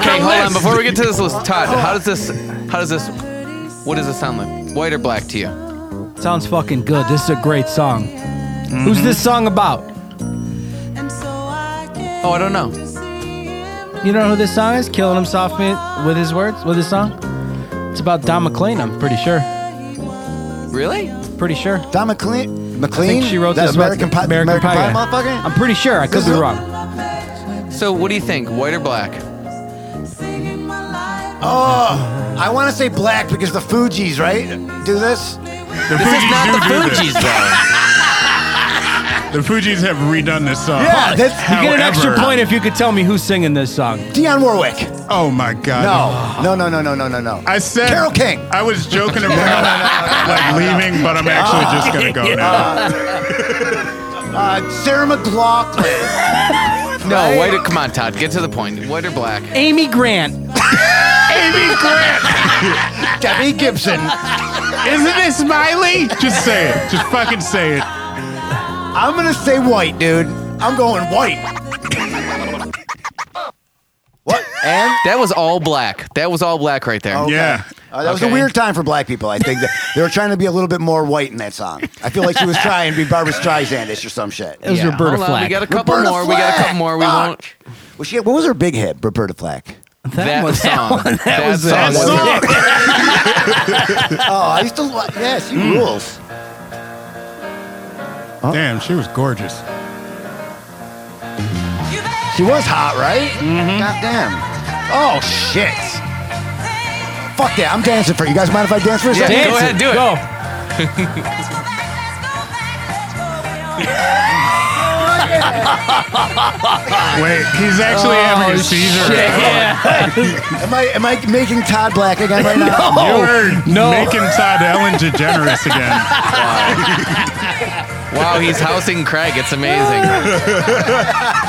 Okay, hold on. Before we get to this list, Todd, how does this? How does this? What does it sound like? White or black to you?
Sounds fucking good. This is a great song.
Mm-hmm.
Who's this song about?
Oh, I don't know.
You know who this song is? Killing him softly with his words, with his song. It's about Don McLean. I'm pretty sure.
Really?
Pretty sure.
Don McLean. McLean.
I think she wrote
that
this
American,
about
Pie, American, Pie, motherfucker.
I'm pretty sure. I could
This
be
is-
wrong.
So, what do you think? White or black?
oh, I want to say black because the Fugees, right? Do this.
The
This is not the
Fugees do do
Fugees,
this.
though.
The Fugees have redone this song.
Yeah, that's- You
You get an extra
However-
point if you could tell me who's singing this song.
Dionne Warwick.
Oh my god!
No, no, no, no, no, no, no, no.
I said
Carole King.
I was joking about like leaving, but I'm actually just gonna go now.
Uh, Sarah McLaughlin.
No, white. Or, come on, Todd. Get to the point. White or black?
Amy Grant.
Debbie Gibson.
Isn't it Smiley? Just say it. Just fucking say it.
I'm gonna say white, dude. I'm going white. what? And
That was all black. That was all black right there.
Yeah.
Uh, that was
Okay.
a weird time for black people. I think that they were trying to be a little bit more white in that song. I feel like she was trying to be Barbara Streisand-ish or some shit.
It was Roberta
Hold on,
Flack.
We got a couple
Roberta
more. We got a couple
Flack,
more. We
fuck.
won't.
Was she, what was her big hit, Roberta Flack?
That,
was- that
song. That,
was it.
song.
That song.
Oh, I used to like. Yeah, she rules.
Damn, she was gorgeous.
She was hot, right? God damn. Oh shit. Fuck yeah, I'm dancing for you guys. Mind if I dance for a
Yeah,
second?
go ahead, do it.
Go.
Wait, he's actually having a seizure.
Am I am I making Todd Black again right now?
You're making Todd Ellen DeGeneres again.
Wow, he's housing Craig. It's amazing.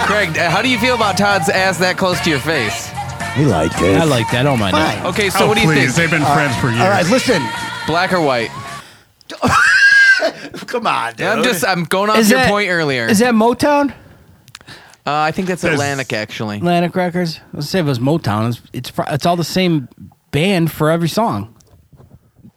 Craig, uh, how do you feel about Todd's ass that close to your face?
We like it.
I like that. Oh my god.
Fine.
Okay, so
oh,
what do you think?
please. They've been friends for years.
All right, listen.
Black or white?
Come on, dude.
I'm just I'm going off
Is
your
that-
point earlier.
Is that Motown?
uh, I think that's
There's-
Atlantic actually.
Atlantic Records. Let's say it was Motown. It's it's, fr- it's all the same band for every song.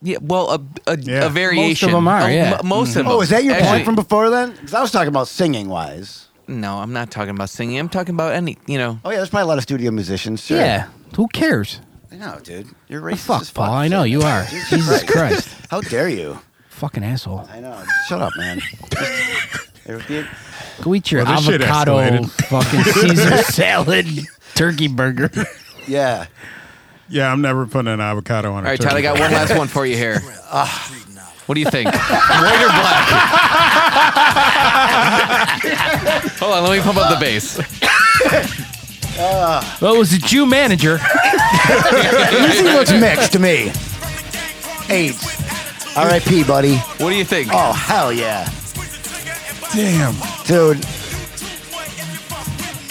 Yeah, well, a a,
Yeah.
a variation.
them are,
Oh,
yeah.
m- most of them.
Oh, is that your
Actually,
point from before then? Because I was talking about singing wise.
No, I'm not talking about singing. I'm talking about any. You know,
Oh yeah, there's probably a lot of studio musicians. Sure.
Yeah. Who cares?
No, dude, you're racist.
Fuck,
as
Paul. I know you are. Jesus Christ.
How dare you?
Fucking asshole.
I know. Shut up, man. There would be a-
Go eat your
Well, this shit
avocado,
escalated.
fucking Caesar salad, turkey burger.
yeah.
Yeah, I'm never putting an avocado on a
all right,
turkey.
Todd, I got one last one for you here. What do you think? White or black? Hold on, let me pump up the bass.
Well, it was the Jew manager.
He looks mixed to me. AIDS. R.I.P. Buddy.
What do you think?
Oh hell yeah,
Damn.
dude.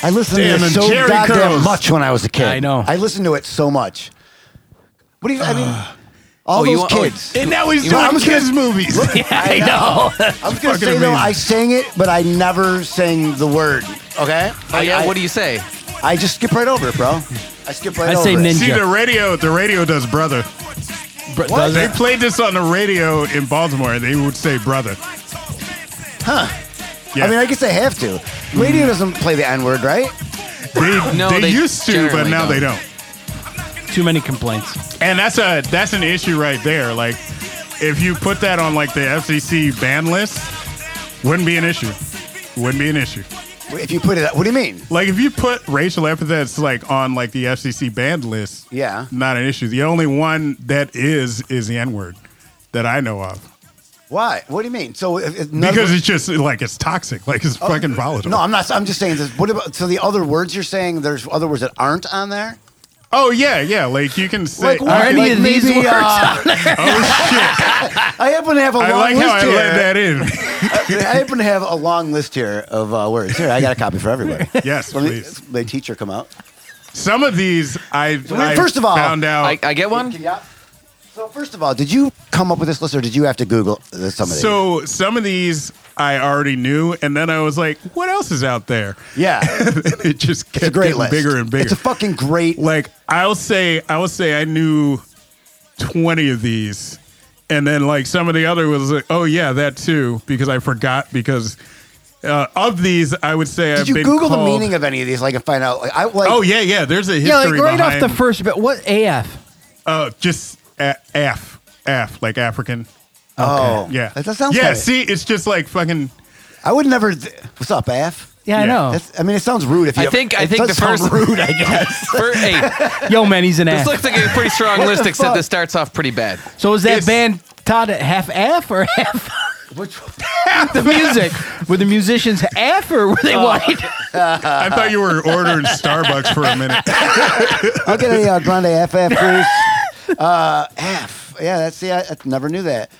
I listened
Damn,
to
and
it so
Jerry
goddamn
curls.
much when I was a kid.
I know.
I listened to it so much. What do you? I mean, all
Oh, you
those
want- oh,
kids.
And now he's
You know,
doing
I was
kids' movies.
I know. I was gonna
fucking
say though,
amazing.
I sang it, but I never sang the word. Okay.
Oh yeah,
I,
what do you say?
I just skip right over it, bro. I skip right
I
over
say
it.
nin-
See
Yeah.
the radio. The radio does brother.
Br-
What?
does
They
it?
played this on the radio in Baltimore. and They would say brother. Huh? Yeah. Mm.
I mean, I guess they have to. Radio doesn't play the N word, right?
they,
No,
they,
they
used to, but
generally
now they
don't.
don't.
Too many complaints.
And that's a that's an issue right there. Like, if you put that on like the FCC ban list, wouldn't be an issue. Wouldn't be an issue.
If you put it, what do you mean?
Like if you put racial epithets like on like the FCC banned list,
Yeah.
not an issue. The only one that is is the N word that I know of
Why? What do you mean? So if, if none of
because
the-
it's just like it's toxic, like it's fucking volatile.
no, I'm not. I'm just saying this. What about so the other words you're saying? There's other words that aren't on there.
oh yeah, yeah. Like you can say
Like what?
I,
any
Like
of these
maybe,
words
uh,
oh shit.
I happen to have a long
I like
list
how I
here.
let that in.
I happen to have a long list here of uh, words. Here, I got a copy for everybody.
Yes,
Let me,
please.
my teacher come out.
Some of these I, I
first of all,
found out.
I, I get one.
Yeah. So first of all, did you come up with this list, or did you have to Google uh, some of these?
So some of these I already knew, and then I was like, "What else is out there?"
yeah,
it just kept
it's a great
getting
list.
bigger and bigger.
It's a fucking great.
like I'll say, I will say, I knew twenty of these, and then like some of the other was like, "Oh yeah, that too," because I forgot because. Uh, of these, I would say I've
Did you
been
Google the
called-
meaning of any of these? Like, and find out. Like, I like.
Oh yeah, yeah. There's a history
yeah, like right off
behind.
the first bit. What AF?
Uh, just a- Af, Af, like African.
oh
Yeah,
That, that sounds.
Yeah,
kinda-
see, it's just like fucking.
I would never. Th- What's up, Af?
Yeah, I
Yeah,
know.
That's, I mean, it sounds rude. If you
I think- I
it
think
does
the
sound
first-
rude. I guess.
For, hey,
Yo, man, he's an
this
AF.
looks like a pretty strong
What
list,
the
except
fuck?
it starts off pretty bad.
so is that
It's-
band Todd at half F or half? the music were the musicians F or were
Uh,
they white?
I thought you were ordering Starbucks for a minute.
I'll get a uh, grande FF, please. Uh, F. Yeah, that's the. I, I never knew that.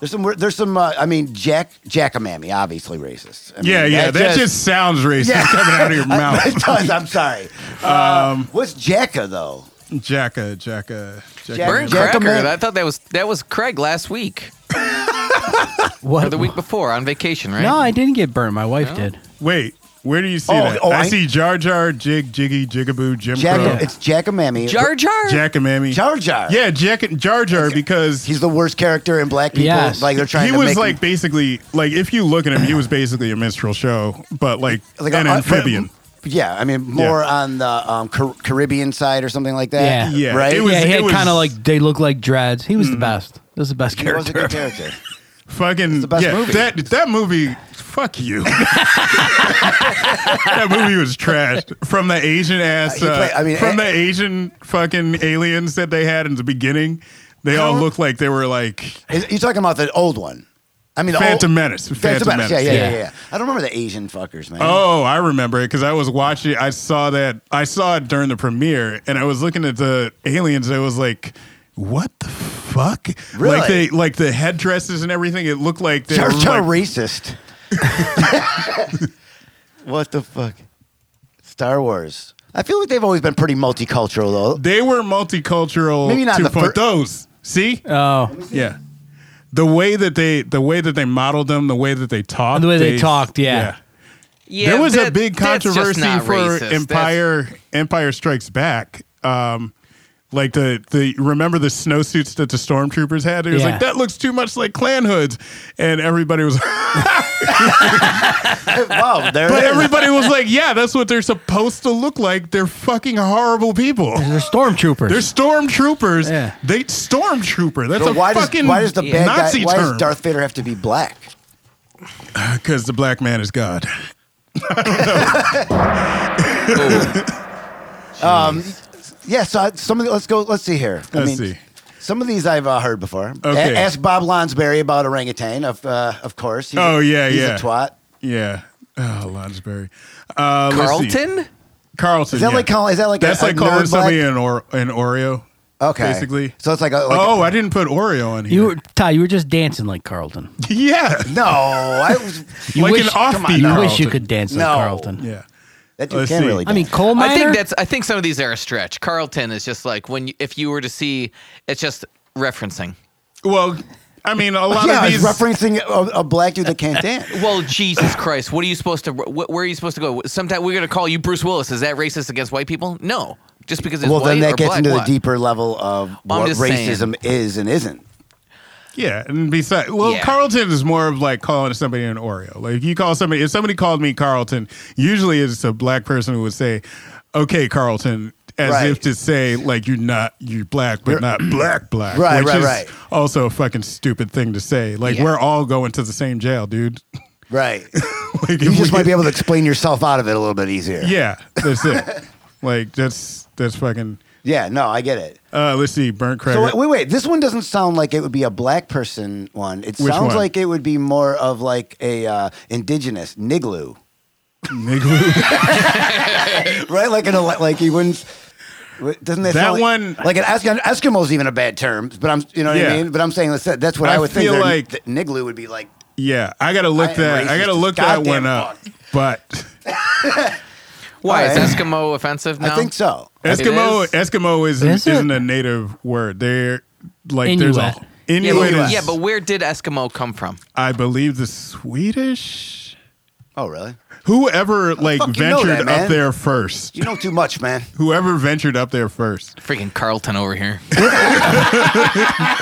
There's some. weird- There's some. Uh, I mean, Jack Jackamammy, obviously racist. I mean,
Yeah, yeah, that just, sounds racist coming out of your
it
mouth.
does. I'm sorry. um, what's Jacka though?
Jacka, Jacka,
Jack-
Burn
Jacka.
Jack-
Cracker.
Jackman.
I thought that was that was Craig last week
What?
or the week before on vacation, right?
No, I didn't get burnt. My wife did.
Wait, where do you see
Oh,
that?
oh,
I,
I-
see Jar Jar, Jig, Jiggy, Jigaboo, Jim
Jack.
Crow,
It's Jackamammy.
Jar Jar.
Jackamammy.
Jar Jar.
yeah, Jack, Jar Jar, because
He's the worst character in black people.
Yes.
Like they're trying
he
to
was
make
like
him-
basically like if you look at him, he was basically a minstrel show, but like,
Like
an
a-
amphibian.
yeah, I mean more on the um, Car- Caribbean side or something like that.
Yeah.
Yeah,
Right?
it was-
yeah, he had
was- Mm.
kind of like they look like dreads. He was the best. That was the best
he was a
character.
good character.
Fucking
the best
yeah,
movie.
that that movie. Fuck you. that movie was trash. From the Asian ass.
Uh, he
uh,
play- I mean,
from
eh-
the Asian fucking aliens that they had in the beginning, they all looked like they were like
Is- You're talking about the old one. I mean, the
Phantom
old,
Menace.
Phantom Menace. Yeah, yeah,
Yeah.
yeah, yeah, I don't remember the Asian fuckers, man.
Oh, I remember it because I was watching. I saw that. I saw it during the premiere, and I was looking at the aliens. And I was like, "What the fuck?"
Really?
Like they, like the headdresses and everything. It looked like they
Jar
were
Jar
like,
racist. what the fuck? Star Wars. I feel like they've always been pretty multicultural, though.
They were multicultural.
Maybe not in the
2.0s.
fir-
those. See,
Uh,
Oh,
yeah. The way that they, the way that they modeled them, the way that they talked,
The way they talked, yeah.
Yeah,
there was a
that-
big
that's just
controversy
not
for
racist. That's-
Empire Empire Strikes Back. Um, like the the remember the snowsuits that the stormtroopers had? It was
Yeah.
like that looks too much like clan hoods, and everybody was
wow, there
but
it is.
everybody was like, yeah, that's what they're supposed to look like. They're fucking horrible people.
they're stormtroopers.
They're stormtroopers.
Yeah.
They stormtrooper. That's
So
a
why does
fucking
why does the bad
Nazi
guy, why
term.
does Darth Vader have to be black?
Because the black man is God.
Um, yeah, so I, some of the, let's go. Let's see here. I
Let's
mean,
see.
Some of these I've uh, heard before.
Okay.
A- ask Bob Lonsberry about orangutan. Of uh, of course. He's a-
Oh, yeah,
he's
yeah.
a twat.
Yeah. Oh, Lonsberry. Uh, let's see.
Carlton.
Carlton.
Is that
yeah.
like calling? Is that like
That's
a,
like
a
calling
nerd black?
somebody an, or- an Oreo.
Okay.
Basically.
So it's like a like
oh,
a,
I I didn't put Oreo on here.
you were Ty. You were just dancing like Carlton.
yeah.
no. I was,
You
like
wish-
an offbeat.
You wish
Carlton.
you could dance like
No.
Carlton.
Yeah.
that dude
Let's
can't
see.
really.
I mean,
dance.
coal miner.
I think that's. I think some of these are a stretch. Carlton is just like when you, if you were to see, it's just referencing.
Well, I mean, a lot
yeah,
of
he's
these.
referencing a, a black dude that can't dance.
Well, Jesus Christ, what are you supposed to? Wh- where are you supposed to go? Sometimes we're gonna call you Bruce Willis. Is that racist against white people? No, just because it's
Well, then
white
that
or
gets
black,
into
what?
the deeper level of what
just
racism is and isn't.
yeah. And besides, well,
Yeah.
Carlton is more of like calling somebody an Oreo. Like, if you call somebody, if somebody called me Carlton, usually it's a black person who would say, okay, Carlton. As
Right.
if to say, like you're not you're black, but not black black,
Right,
which
right,
is
right.
also a fucking stupid thing to say. Like
Yeah.
we're all going to the same jail, dude.
Right.
like
you
if
just
we-
might be able to explain yourself out of it a little bit easier.
Yeah, that's it. like that's that's fucking.
Yeah. No, I get it.
Uh, let's see, burnt cracker.
So wait, wait, wait. This one doesn't sound like it would be a black person one. It
Which
sounds
one?
like it would be more of like a uh, indigenous Niglu,
Nigga.
right? Like an ele- like he wouldn't. Doesn't that,
That
sound like-
one-
like, an Eskimo, Eskimo's even a bad term? But I'm you know what
Yeah.
I mean. But I'm saying that's that's what I,
I
would think.
feel
they're-
like-
that Niglu would be like
yeah, I gotta
I
look
am
that. I
racist
gotta
as
look that
goddamn
one up. But
Why is
Alright.
Eskimo offensive now?
I think so.
It
Eskimo
is?
Eskimo isn't
Is it?
is? not is not a native word. They're like there's a
Inuit.
Yeah but,
Inuit. is-
yeah, but where did Eskimo come from?
I believe the Swedish.
Oh, really?
Whoever like
fuck you know
ventured
that, man?
up there first.
You know too much, man.
Whoever ventured up there first.
Freaking Carlton over here.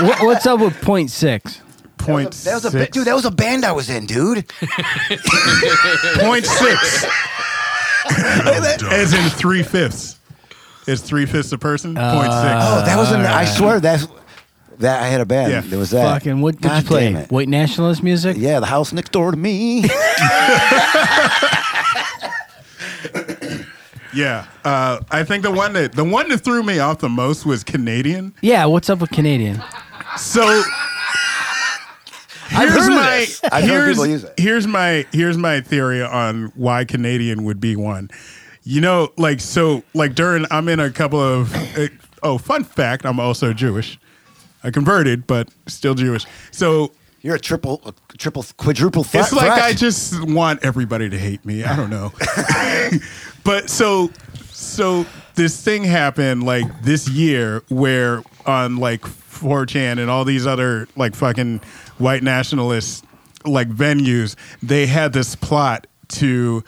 What, what's up with point six?
Point
That was a ba-
six.
dude. That was a band I was in, dude.
Point six. As in three fifths. It's three fifths a person.
Uh,
Point six.
Oh, that was. An, I swear that that I had a band.
Uh, Yeah.
There was that.
Fucking what did
God
you play?
damn it.
White nationalist music?
Yeah, the house next door to me. Oh.
Yeah. Uh, I think the one that the one that threw me off the most was Canadian.
Yeah, what's up with Canadian?
So
I've
here's
heard of
my
this. I've heard
here's,
people use it.
here's my here's my theory on why Canadian would be one. You know, like so, like during I'm in a couple of uh, oh, fun fact, I'm also Jewish. I converted, but still Jewish. So
You're a triple, a triple, quadruple threat.
it's like
threat.
I just want everybody to hate me. I don't know. but so so this thing happened like this year where on like 4chan and all these other like fucking white nationalist like venues, they had this plot to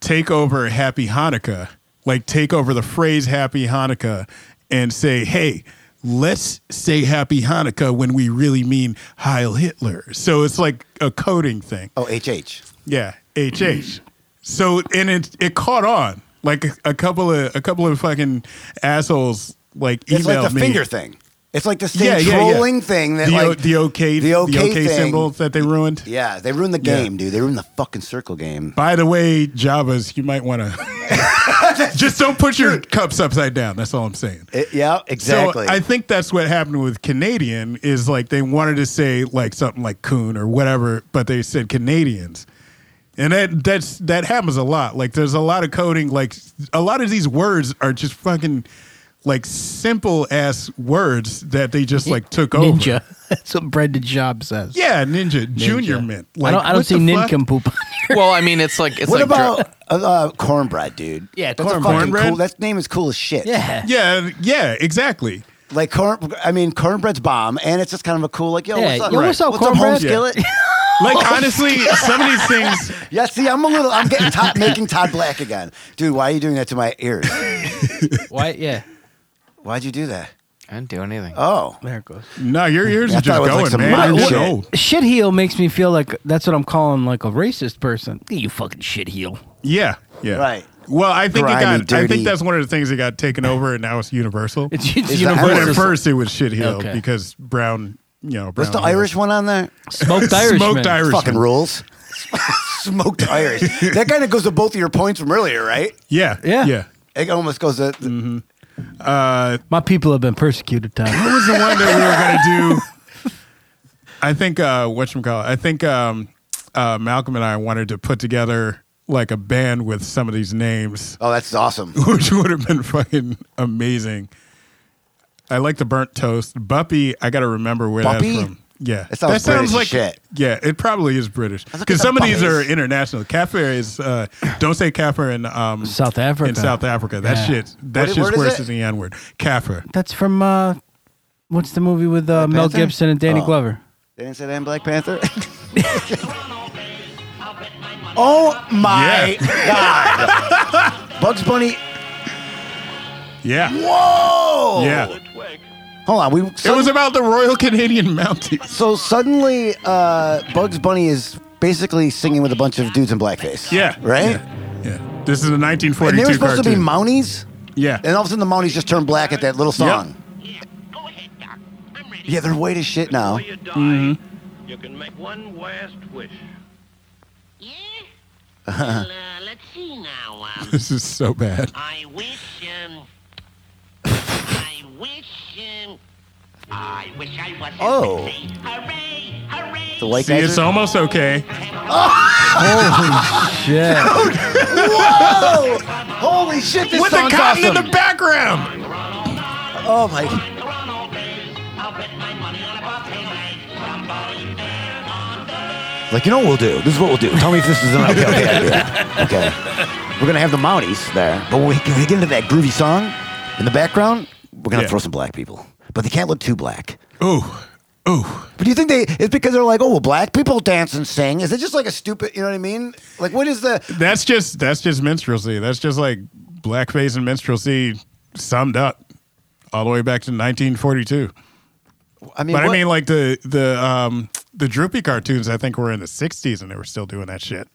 take over Happy Hanukkah, like take over the phrase Happy Hanukkah and say, "Hey, let's say Happy Hanukkah when we really mean Heil Hitler." So it's like a coding thing.
Oh, HH.
Yeah, HH. so and it it caught on. Like a, a couple of a couple of fucking assholes like emailed
It's like the
me.
finger thing. It's like the same
Yeah, yeah, yeah.
trolling thing that
the, o-
like
the okay
the okay, thing.
symbol that they ruined.
Yeah, they ruined the
Yeah.
game, dude. They ruined the fucking circle game.
By the way, Javas, you might want to just don't put your cups upside down. That's all I'm saying.
It- yeah, exactly.
So I think that's what happened with Canadian is like they wanted to say like something like coon or whatever, but they said Canadians. And that that's that happens a lot. Like there's a lot of coding like a lot of these words are just fucking like simple ass words that they just like took over.
Ninja. That's what Brendan Job says.
Oh. Yeah, ninja, junior
Ninja.
mint.
I don't, I don't
what
see
the fuck?
nincompoop.
Well, I mean, it's like it's
what
like dr-
about uh, uh, cornbread, dude?
Yeah,
That's a fucking
cornbread.
Cornbread?
Cool, that name is cool as shit.
yeah.
Yeah, yeah, exactly.
like corn. I mean, cornbread's bomb, and it's just kind of a cool like, yo,
Yeah,
what's up?
yo, what's up,
home
cornbread?
skillet?
Like honestly, some of these things
yeah, see, I'm a little, I'm getting Todd, making Todd Black again, dude. Why are you doing that to my ears?
Why? Yeah.
Why'd you do that?
I didn't do anything.
Oh,
There it goes.
No, your ears
Yeah, I thought it was
are just
like
going,
some
man. You're
rotten
getting
shit.
old.
Shitheel makes me feel like that's what I'm calling like a racist person. You fucking shitheel.
Yeah, yeah.
Right.
Well, I think
Grimy,
it got. I
dirty.
think that's one of the things that got taken over, and now it's universal.
It's, it's
Is that-
but
universal.
at first, it was shit hill
Okay.
because brown. You know, brown
what's the
heel.
Irish one on there?
Smoked Irishman.
Smoked Irish.
Fucking rules. Smoked Irish. That kind of goes to both of your points from earlier, right?
Yeah,
Yeah.
yeah.
It almost goes to.
Mm.
My people have been persecuted, Tom.
What was the one that we were gonna do? I think uh, what you call I think um, uh, Malcolm and I wanted to put together like a band with some of these names,
Oh, that's awesome.
which would have been fucking amazing. I like the burnt toast. Buppy, I got to remember where
Buppy?
that's from. Yeah,
That sounds British as
like
shit.
Yeah, it probably is British
look at
because
the
some of these are
Buppies.
international. Kaffir is uh, don't say Kaffir in um,
South Africa.
In South Africa, that
Yeah.
shit
What-
that shit's
what is
worse
it?
than the N word. Kaffir.
That's from uh, what's the movie with uh, Mel
Panther?
Gibson and Danny
Oh.
Glover?
They didn't say that in Black Panther. oh my god! Bugs Bunny.
Yeah,
Whoa!
yeah.
Hold on. We.
It
sud-
was about the Royal Canadian Mounties.
so suddenly, uh, Bugs Bunny is basically singing with a bunch of dudes in blackface.
Yeah,
Right.
Yeah, yeah. This is a 1942
And they were supposed
cartoon.
to be Mounties,
yeah,
and all of a sudden the Mounties just turned black at that little song.
Yeah, go ahead, Doc. I'm ready.
Yeah, they're white as shit now. Mm-hmm.
Before you die, you can make one last wish.
Yeah? well, uh, let's see now. Um,
this is so bad.
I wish, um... I wish, um... I wish I wasn't
Oh.
sexy. Hooray! Hooray!
The white
See,
guys.
it's
are-
almost okay.
Yeah.
Whoa! Holy shit! This
With the
song's
cotton
awesome.
in the background.
Oh my. Like, you know what we'll do? This is what we'll do. Tell me if this is an okay, okay idea. Okay. We're going to have the Mounties there. But when we, when we get into that groovy song in the background, we're going to
Yeah.
throw some black people. But they can't look too black. But do you think they? It's because they're like, oh, well, black people dance and sing. Is it just like a stupid? You know what I mean? Like, what is the?
That's just that's just minstrelsy. That's just like blackface and minstrelsy summed up all the way back to 1942.
I mean,
But I
what-
mean, like the the um the droopy cartoons. I think were in the 60s and they were still doing that shit.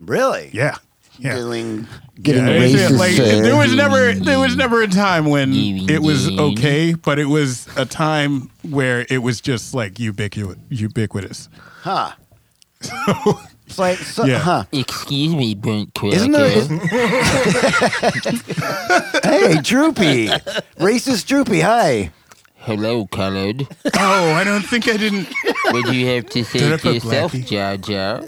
really?
Yeah, yeah.
Doing, getting
Yeah, it's
racist.
just like,
uh,
there was never there was never a time when it was okay, but it was a time where it was just like ubiquitous. Ubiquitous.
huh? it's like, so,
Yeah.
huh?
Excuse me, Brent Cracker.
Isn't there? Is, hey, Droopy, racist Droopy. Hi.
Hello, colored.
Oh, I don't think I didn't.
What do you have to say
Jennifer
to yourself,
Blackie.
Jar Jar?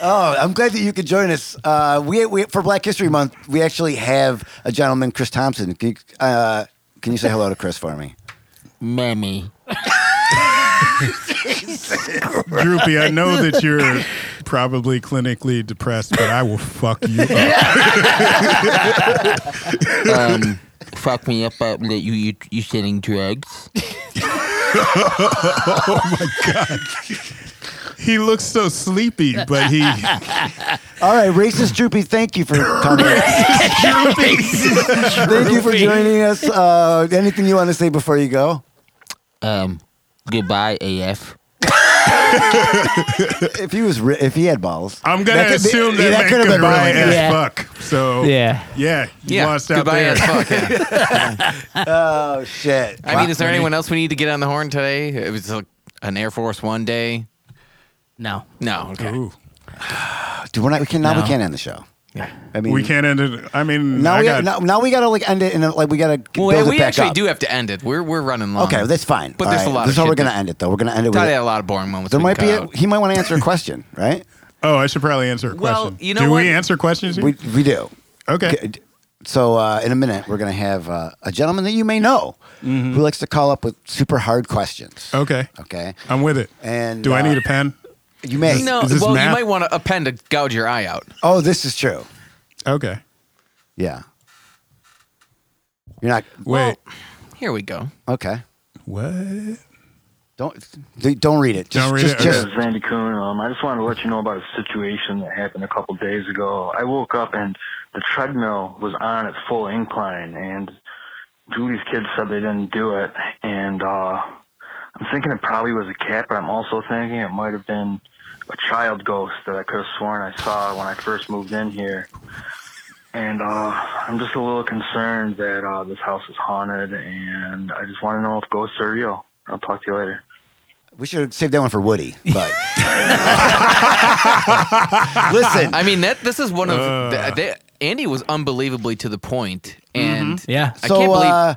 Oh, I'm glad that you could join us. Uh, we, we for Black History Month, we actually have a gentleman, Chris Thompson. Can you, uh, can you say hello to Chris for me?
Mummy.
Droopy, I know that you're probably clinically depressed, but I will fuck you up.
Um, fuck me up up that you, you, you selling drugs.
He looks so sleepy, but he
All right, racist Droopy, thank you for coming. thank you for joining us. Uh, anything you want to say before you go?
Um, goodbye, AF.
If he was, ri- if he had balls,
I'm gonna
That could be-
assume
yeah,
that,
that
meant
could have been
goodbye
really
as
good. Yeah.
fuck. So
Yeah.
yeah, you
Yeah,
lost out
goodbye
there.
as fuck. yeah.
oh shit!
I mean, is there anyone else we need to get on the horn today? It was like an Air Force One day.
No.
No, okay.
Ooh.
Dude, we're not, we can now we
No.
can't end the show.
Yeah.
I mean,
We can't end it. I mean,
Now
I
we
got,
now, now we gotta like end it in a, like we gotta
Well,
build
we
it back
actually
up.
do have to end it. We're we're running long.
Okay, that's fine.
But
All
there's a
right,
lot
This is
of
how we're
shit
gonna
that-
end it though. We're gonna end it
Thought
with
I had a lot of boring moments.
there
we
might
can
be
cut
a,
out.
he might want to answer a question, right?
Oh, I should probably answer a
Well,
question.
you know
Do
what?
we answer questions? Here?
We we do.
okay.
Okay, d- So uh, in a minute, we're gonna have uh, a gentleman that you may know
Mm-hmm.
who likes to call up with super hard questions.
Okay.
Okay,
I'm with it.
And,
Oh. do I
uh,
need a pen?
you may.
No,
Is this
well, you
math?
might want to append to gouge your eye out.
Oh, this is true.
Okay.
Yeah. You're not
Wait.
Here we go.
okay.
what?
Don't d- don't read it. Just,
Don't read
just,
it?
Just,
This is Andy Kuhn. Um, I just wanted to let you know about a situation that happened a couple days ago. I woke up and the treadmill was on its full incline, and Julie's kids said they didn't do it. And uh, I'm thinking it probably was a cat, but I'm also thinking it might have been a child ghost that I could have sworn I saw when I first moved in here. And uh, I'm just a little concerned that uh, this house is haunted, and I just want to know if ghosts are real. I'll talk to you later.
we should save that one for Woody. But listen,
I mean, that this is one of
Uh.
the, they, Andy was unbelievably to the point, and
Mm-hmm.
Yeah.
I
so
can't believe.
uh,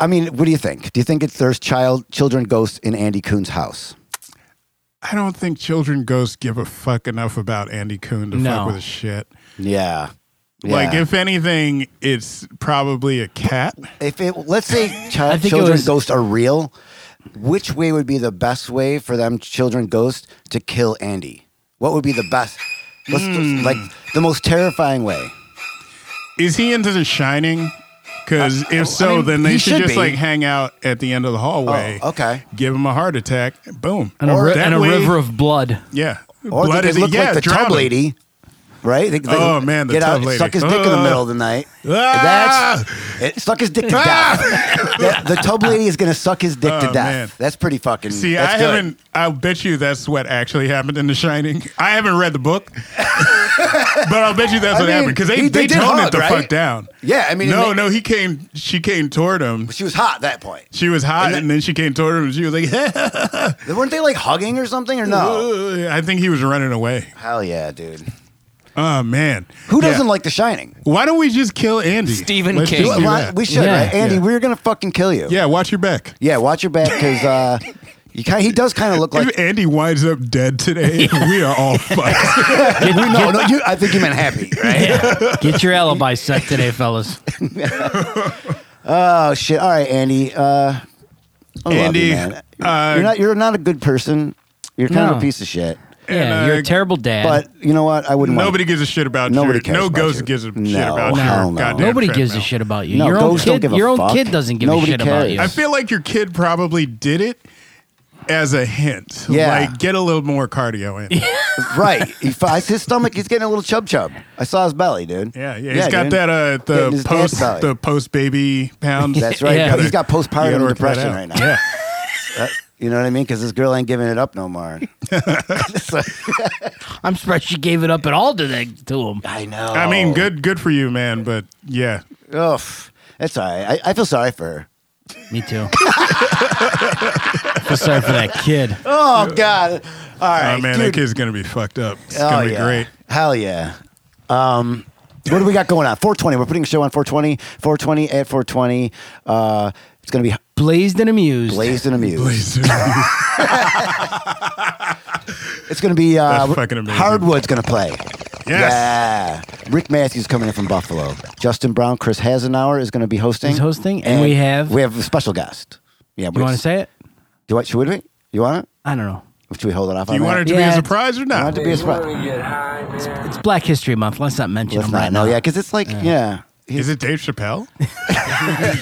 I mean, what do you think? Do you think it's there's child children ghosts in Andy Coon's house?
I don't think children ghosts give a fuck enough about Andy Kuhn to
No.
fuck with a shit.
Yeah.
Like,
Yeah.
if anything, it's probably a cat.
if it let's say child,
think it
children
was-
ghosts are real, which way would be the best way for them children ghosts to kill Andy? What would be the best? Let's
Hmm.
just, like the most terrifying way.
Is he into the shining? Because if so,
Uh, mean,
then they
he
should,
should
just
be.
like hang out at the end of the hallway.
Oh, okay.
Give him a heart attack. Boom.
And a,
Or
ri-
that
and a
way-
river of blood.
yeah.
Or
Blood
they
is-
could look
yeah,
like the
drown
tub
him.
lady, right? They, they
Oh, man, the
get
tub
out,
lady.
suck his dick in the
Ah.
middle of the night.
Ah!
That's it. Suck his dick to death. the, the tub lady is gonna suck his dick to
Oh,
death.
man.
That's pretty fucking.
See,
that's
I
good.
haven't. I'll bet you that's what actually happened in The Shining. I haven't read the book, but I'll bet you that's
I
what
mean,
happened because they,
he-
they,
they did
toned it
hug,
the
right?
fuck down.
Yeah, I mean, it
no,
ma-
no, he came. She came toward him.
She was hot at that point.
She was hot, and
And
then,
then-
she came toward him, and she was like,
Weren't they like hugging or something or
Uh.
no?
"I think he was running away."
Hell yeah, dude.
Oh man,
Who
Yeah.
doesn't like The Shining?
Why don't we just kill Andy?
Stephen
Let's
King.
just do
Well,
that.
We should,
Yeah.
right? Andy,
Yeah.
we're gonna fucking kill you.
yeah, watch your back.
Yeah, watch your back because uh, you kind he does kind of look like.
if Andy winds up dead today, we are all fucked.
Get,
no,
get-
no, you, I think you meant happy, right?
get your alibi set today, fellas.
oh shit! All right, Andy. Uh, I love
Andy,
you, man.
uh,
you're not you're not a good person. You're kind of
No.
a piece of shit.
And,
yeah,
uh,
you're a terrible dad.
But you know what? I wouldn't. want
Nobody gives a shit about
Nobody
you.
cares
no
about
ghost
you.
gives a shit
No,
about
hell
you.
no.
Goddamn
nobody gives a
treadmill.
shit about you.
No,
your own
ghosts don't
kid,
give a
your own
fuck.
kid doesn't give
Nobody
a shit about
cares.
you.
I feel like your kid probably did it as a hint.
Yeah.
Like, get a little more cardio in. Yeah,
right. He finds his stomach. He's getting a little chub chub. I saw his belly, dude.
yeah. He's got
dude.
that, uh,
Getting
the
his dad
post,
belly.
the post baby pounds.
That's right.
Yeah.
He's got
You gotta
postpartum
work that
depression
out.
right now.
Yeah.
That- you know what I mean? Because this girl ain't giving it up no more. So-
I'm surprised she gave it up at all to that to him.
I know.
I mean, good, good for you, man. But yeah,
Ugh. That's all right. I, I feel sorry for her.
Me too. I feel sorry for that kid.
Oh God! All right,
oh man,
dude.
that kid's gonna be fucked up. It's
Oh,
gonna be
yeah.
great.
Hell yeah. Um, what do we got going on? 420. We're putting a show on 420. 420 at 420. Uh, it's gonna be
Blazed and amused.
blazed and amused.
Please.
It's gonna be uh,
That's fucking amazing.
Hardwood's gonna play.
yes.
Yeah. Rick Matthews coming in from Buffalo. Justin Brown, Chris Hasenauer is gonna be hosting.
He's hosting, and we have-
we have a special guest. Yeah.
You want to say it?
Do I, should we? You want it?
I don't know.
Should we hold it off?
Do you
on
want it
that?
to
Yeah.
be a surprise
I
or
want
not?
it to be a surprise.
It's Black History Month. Let's not mention
Let's
him
not.
right
No,
now.
yeah, because it's like, yeah. He's-
Is it Dave Chappelle?
Uh,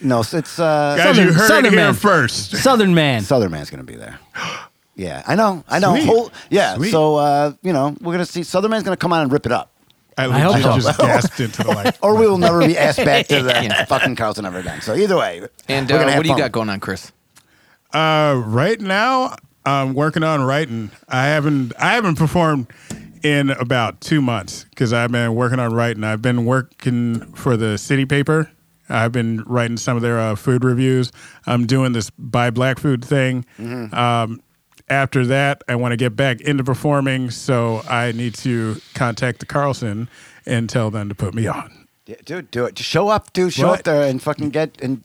No, so it's uh,
Guys, you
Southern-
heard
Southern
it here
man.
first.
Southern man.
Southern Man's gonna be there. Yeah, I know, I know.
Sweet.
Whole, yeah,
Sweet.
so uh, you know, we're gonna see Southern Man's gonna come on and rip it up,
I,
hope
legit
so.
just gasped into the light.
or we will never be asked back to the fucking Carlton ever again. So either way,
And
we're
uh,
gonna have
what do you
fun.
got going on, Chris?
Uh, right now, I'm working on writing. I haven't I haven't performed in about two months because I've been working on writing. I've been working for the city paper. I've been writing some of their uh, food reviews. I'm doing this buy black food thing.
Mm-hmm.
Um, after that, I want to get back into performing, so I need to contact the Carlson and tell them to put me on.
Yeah, dude? Do it. Just show up, dude. Show
What?
up there and fucking get, and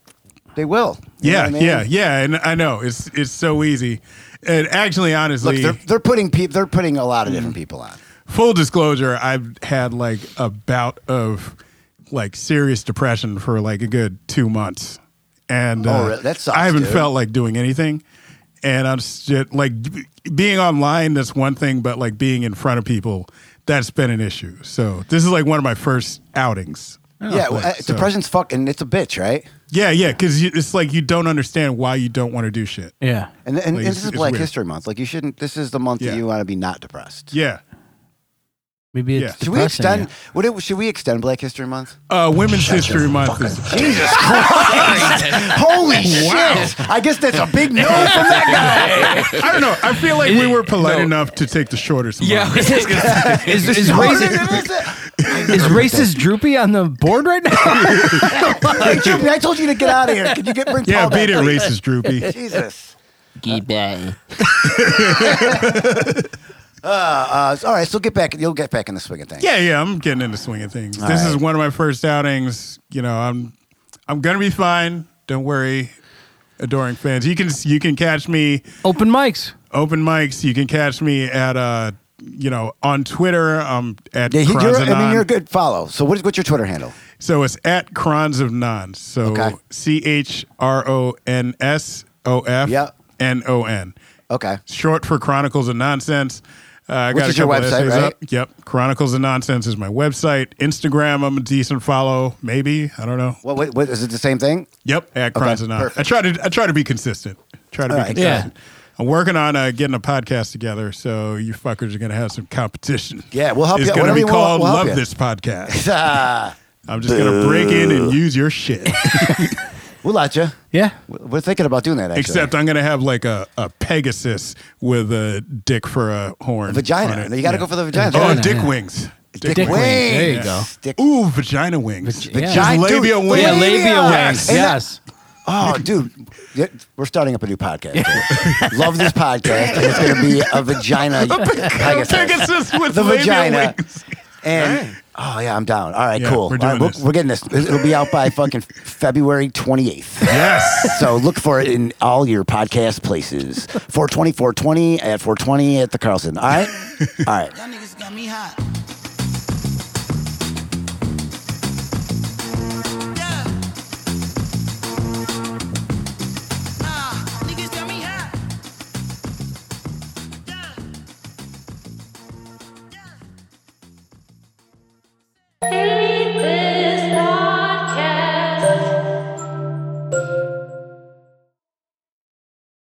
they will. You know
Yeah,
what I mean?
yeah, yeah, and I know it's it's so easy. And actually,
Look,
honestly,
they're, they're putting peop they're putting a lot of
Mm.
different people on.
full disclosure, I've had like a bout of like serious depression for like a good two months, and uh,
Oh, really? That sucks,
I haven't
dude.
felt like doing anything. And I'm just like b- being online. That's one thing, but like being in front of people, that's been an issue. So this is like one of my first outings.
yeah, well, uh,
Oh, so-
depression's fucking. It's a bitch, right?
Yeah, yeah, because it's like you don't understand why you don't want to do shit.
yeah.
And and,
Like,
and
it's-
this is
it's
Black
weird.
History Month. Like you shouldn't. This is the month
Yeah.
that you want to be not depressed.
Yeah.
Maybe it's
Yeah.
Should we
depressing,
extend?
yeah.
Would it, should we extend Black History Month?
Uh, Women's History Month is
Jesus Christ! Holy shit! I guess that's a big no from that guy.
I don't know. I feel like we were polite enough to take the shortest. amount.
Is, is, racist, is racist droopy on the board right now?
Hey, Jimmy, I told you to get out of here. Could you get bring
Yeah,
Paul
beat it,
back, please?
racist droopy.
Jesus.
Goodbye.
Uh, so- all right, so get back. You'll get back in the swing of things.
Yeah, yeah. I'm getting into swing of things.
All
this is
right.
one of my first outings. You know, I'm I'm gonna be fine. Don't worry, adoring fans. You can you can catch me
Open mics.
open mics. You can catch me at uh you know on Twitter. Um at
Yeah, he, you're, I mean,
Kronzanon.
you're a good follow. So what is, what's your Twitter handle?
So it's at Crons of Non.
Okay.
So C H R O N S O F
Yeah.
N O N.
Okay.
short for Chronicles of Nonsense. Uh, I
Which
got a
is your
couple
website,
essays
right?
Up. Yep, Chronicles of Nonsense is my website. Instagram, I'm a decent follow. Maybe I don't know.
What, what, what is it? The same thing?
Yep, at Chronicles of Nonsense.
perfect.
I try to I try to be consistent. Try to
All
be
right,
Yeah.
consistent. I'm working on uh, getting a podcast together, so you fuckers are gonna have some competition.
Yeah, we'll help
It's
you.
gonna
Whatever
be
you want,
called
we'll help
Love
you.
This Podcast.
Ah,
I'm just gonna break in and use your shit.
we'll let you.
Yeah.
We're thinking about doing that. Actually.
Except I'm gonna have like a, a Pegasus with a dick for a horn. on
vagina.
it.
You got to
Yeah.
go for the vagina.
Oh,
Vagina,
dick
yeah.
wings.
Dick,
Dick
wings.
wings. There you
Yeah.
go.
Dick
Ooh, vagina wings.
Vag- yeah.
Just
Giant dude.
labia wings.
Yeah, labia
Yeah.
wings.
And that-
Yes.
Oh, dude, yeah, we're starting up a new podcast. Love this podcast. And it's going to be a vagina. Pegasus.
Pegasus with
The
labia
vagina.
wings.
And oh yeah, I'm down. All right,
Yeah,
cool.
we're
All
doing
right, we're,
this.
we're getting this. It'll be out by fucking February 28th.
Yes.
So look for it in all your podcast places. 420, 420 at 420 at the Carlson. All right, all right.
Y'all niggas got me hot. Ah,